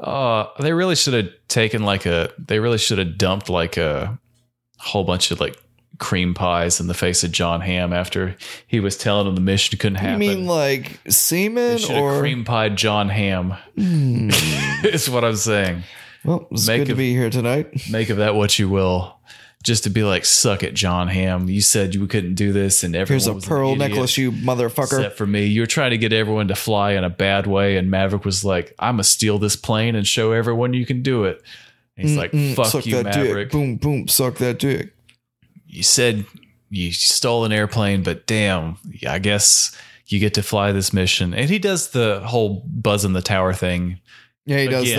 Uh, they really should have taken like a. They really should have dumped like a whole bunch of like cream pies in the face of John Hamm after he was telling him the mission couldn't You happen. mean like They semen should have or? Hmm. cream pied John Ham. is what I'm saying. well, it's make good to a- be here tonight. Make of that what you will. Just to be like, suck it, John Ham. You said you couldn't do this, and everyone Here's a was an pearl idiot necklace, you motherfucker. Except for me, you were trying to get everyone to fly in a bad way, and Maverick was like, "I'm gonna steal this plane and show everyone you can do it." And he's Mm, like, "Fuck suck you, that Maverick. dick. Boom, boom. Suck that dick. You said you stole an airplane, but damn, I guess you get to fly this mission." And he does the whole buzz in the tower thing. Yeah, he does again.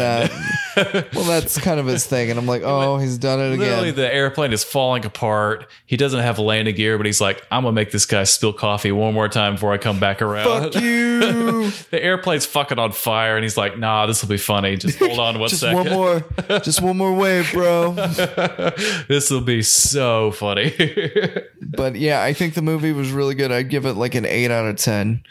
that. Well, that's kind of his thing, and I'm like, oh, he's done it Literally, again. the airplane is falling apart. He doesn't have landing gear, but he's like, "I'm gonna make this guy spill coffee one more time before I come back around." Fuck you. the airplane's fucking on fire, and he's like, "Nah, this will be funny. Just hold on one just second. one more, just one more wave, bro. this will be so funny." But yeah, I think the movie was really good. I'd give it like an eight out of ten.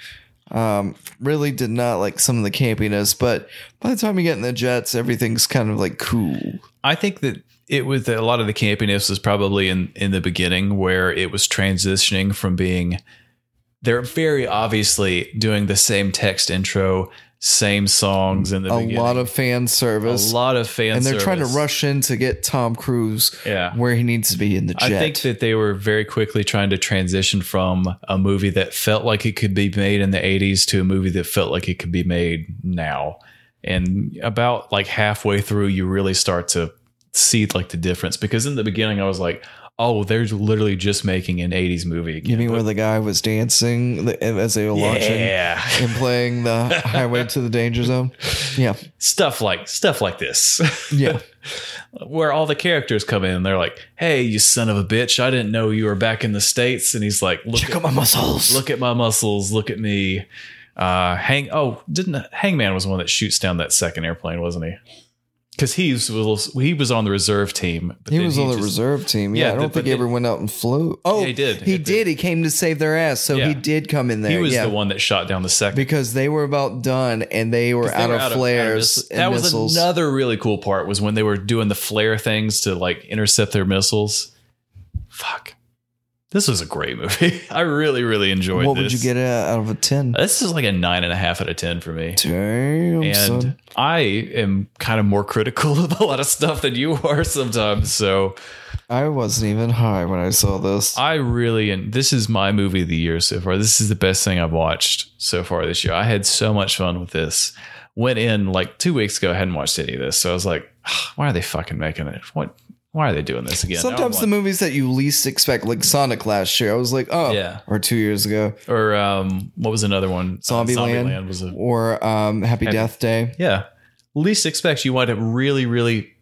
Um, really did not like some of the campiness, but by the time you get in the jets, everything's kind of like cool. I think that it was that a lot of the campiness was probably in in the beginning where it was transitioning from being they're very obviously doing the same text intro, same songs in the A beginning. lot of fan a service. lot of fan and they're trying to service. rush in to get Tom Cruise Yeah. where he needs to be in the I jet. think that they were very quickly trying to transition from a movie that felt like it could be made in the 80s to a movie that felt like it could be made now. And about like halfway through, you really start to see like the difference because in the beginning, I was like, oh, they're literally just making an 80s movie again. you mean where the guy was dancing the- as they were launching yeah. and playing the highway to the danger zone? Yeah, stuff like stuff like this. yeah. where all the characters come in and they're like, hey, you son of a bitch, I didn't know you were back in the States. And he's like, look Check at out my muscles. look at my muscles look at me uh hang oh didn't hangman was the one that shoots down that second airplane wasn't he because he was, was he was on the reserve team but He then was on the just- reserve team. Yeah, Yeah, I don't but- think he but ever it- went out and flew. Oh, he did. He It did. did. He came to save their ass, so Yeah. he did come in there. he was yeah. the one that shot down the second because they were about done and they were, 'Cause they out, were of flares miss- and that missiles. was another really cool part was when they were doing the flare things to like intercept their missiles fuck this was a great movie i really really enjoyed what would this. you get out of a ten? this is like a nine and a half out of ten for me Damn, and Oh, son. I am kind of more critical of a lot of stuff than you are sometimes. So I wasn't even high when I saw this. I really, and this is my movie of the year so far. This is the best thing I've watched so far this year. I had so much fun with this. Went in like two weeks ago, I hadn't watched any of this, so I was like, "Ugh, why are they fucking making it? What? Why are they doing this again? Now I'm Sometimes the movies that you least expect, like Sonic last year, I was like, oh, Yeah. or two years ago, like- or um, what was another one? Zombie Zombieland Land was a or um, Happy Death Day. yeah least expect you wind up really really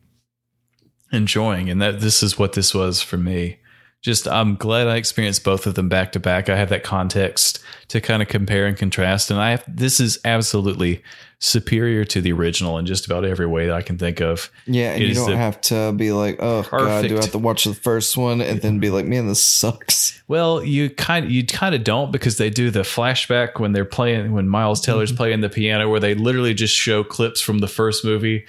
enjoying and that this is what this was for me just i'm glad i experienced both of them back to back i have that context to kind of compare and contrast and i have this is absolutely superior to the original in just about every way that i can think of Yeah, and It you is don't the- have to be like, oh god, do I Perfect. have to watch the first one and then be like, man, this sucks. Well, you kind you kind of don't because they do the flashback when Mm-hmm. they're playing when Miles Taylor's playing the piano, where they literally just show clips from the first movie,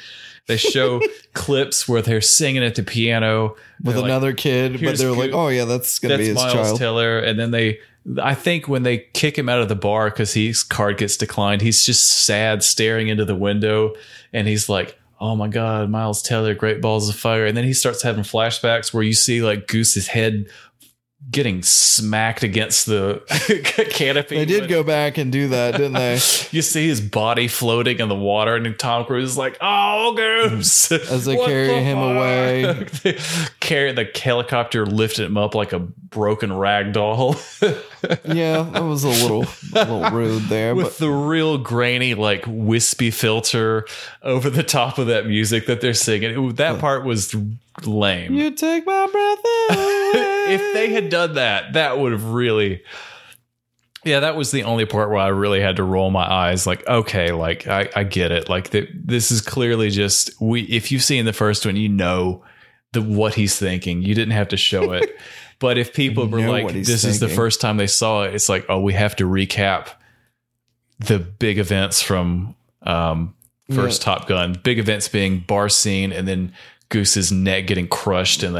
They show clips where they're singing at the piano with They're like, another kid, but "Here's they're like, Goo- "Oh yeah, that's gonna that's be his Miles child." Teller, and then they. I think when they kick him out of the bar because his card gets declined, he's just sad, staring into the window, and he's like, "Oh my god, Miles Teller, Great Balls of Fire!" And then he starts having flashbacks where you see like Goose's head getting smacked against the canopy. They did when- go back and do that, didn't they? You see his body floating in the water, and Tom Cruise is like, "Oh, Goose!" As they carry him away. They carry the helicopter, lifted him up like a broken rag doll. yeah, that was a little, a little rude there, with but the real grainy, like wispy filter over the top of that music that they're singing. It- that part was lame. you take my breath away. if they had done that, that would have really. Yeah, that was the only part where I really had to roll my eyes. Like, okay, like I, I get it. Like th- this is clearly just we. If you've seen the first one, you know the what he's thinking. You didn't have to show it. but if people were know like, what he's "This is the thinking. first time they saw it," it's like, oh, we have to recap the big events from um, first Top Gun. Big events being bar scene, and then Goose's neck getting crushed and the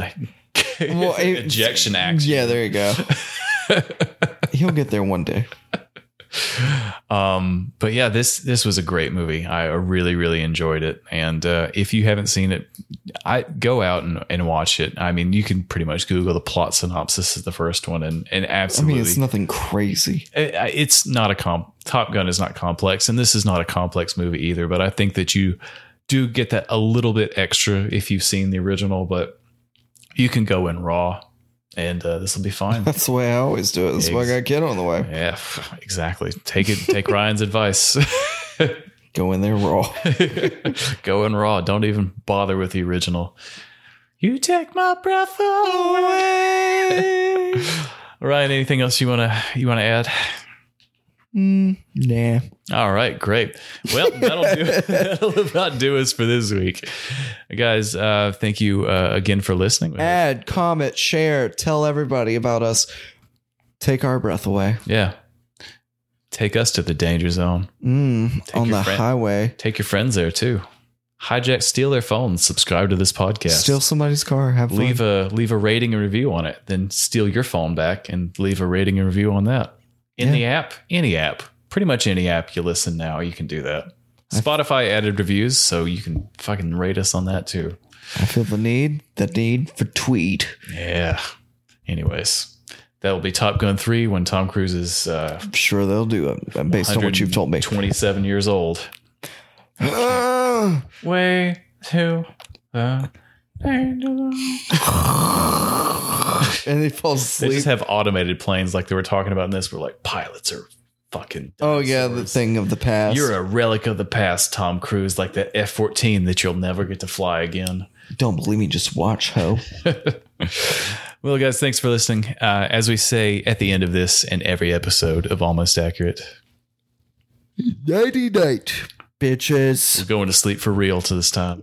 Well, it- ejection action. Yeah, there you go. He'll get there one day. Um, but yeah, this this was a great movie. I really really enjoyed it. And uh, if you haven't seen it, I go out and, and watch it. I mean, you can pretty much Google the plot synopsis of the first one, and and I absolutely, mean, it's nothing crazy. it- it's not a comp. Top Gun is not complex, and this is not a complex movie either. But I think that you do get that a little bit extra if you've seen the original. But you can go in raw, and uh, this will be fine. That's the way I always do it. That's why I got a kid on the way. yeah, f- exactly. Take it. Take Ryan's advice. Go in there raw. Go in raw. Don't even bother with the original. You take my breath away. Ryan, anything else you wanna you wanna add? nah. All right, great. Well, that'll do. that'll about do us for this week, guys. Uh, thank you uh, again for listening. Add, comment, share, tell everybody about us. Take our breath away. yeah, take us to the danger zone. Mm, Take on your the friend- highway. Take your friends there too. Hijack, steal their phones. Subscribe to this podcast. Steal somebody's car. Have fun. leave a leave a rating and review on it. Then steal your phone back and leave a rating and review on that. In the app, any app, pretty much any app you listen now, you can do that. Spotify added reviews, so you can fucking rate us on that too. I feel the need, the need for tweet. Yeah. Anyways, that will be Top Gun three when Tom Cruise is uh, I'm sure they'll do it uh, based on what you've told me. twenty seven years old. Ah! Way to uh, the and he falls they asleep. just have automated planes like they were talking about in this. Where like pilots are fucking. oh yeah, the dinosaurs. thing of the past. You're a relic of the past, Tom Cruise, like that F 14 that you'll never get to fly again. Don't believe me? Just watch, ho. Well, guys, thanks for listening. Uh, as we say at the end of this and every episode of Almost Accurate, Nighty night, bitches. we're going to sleep for real to this time.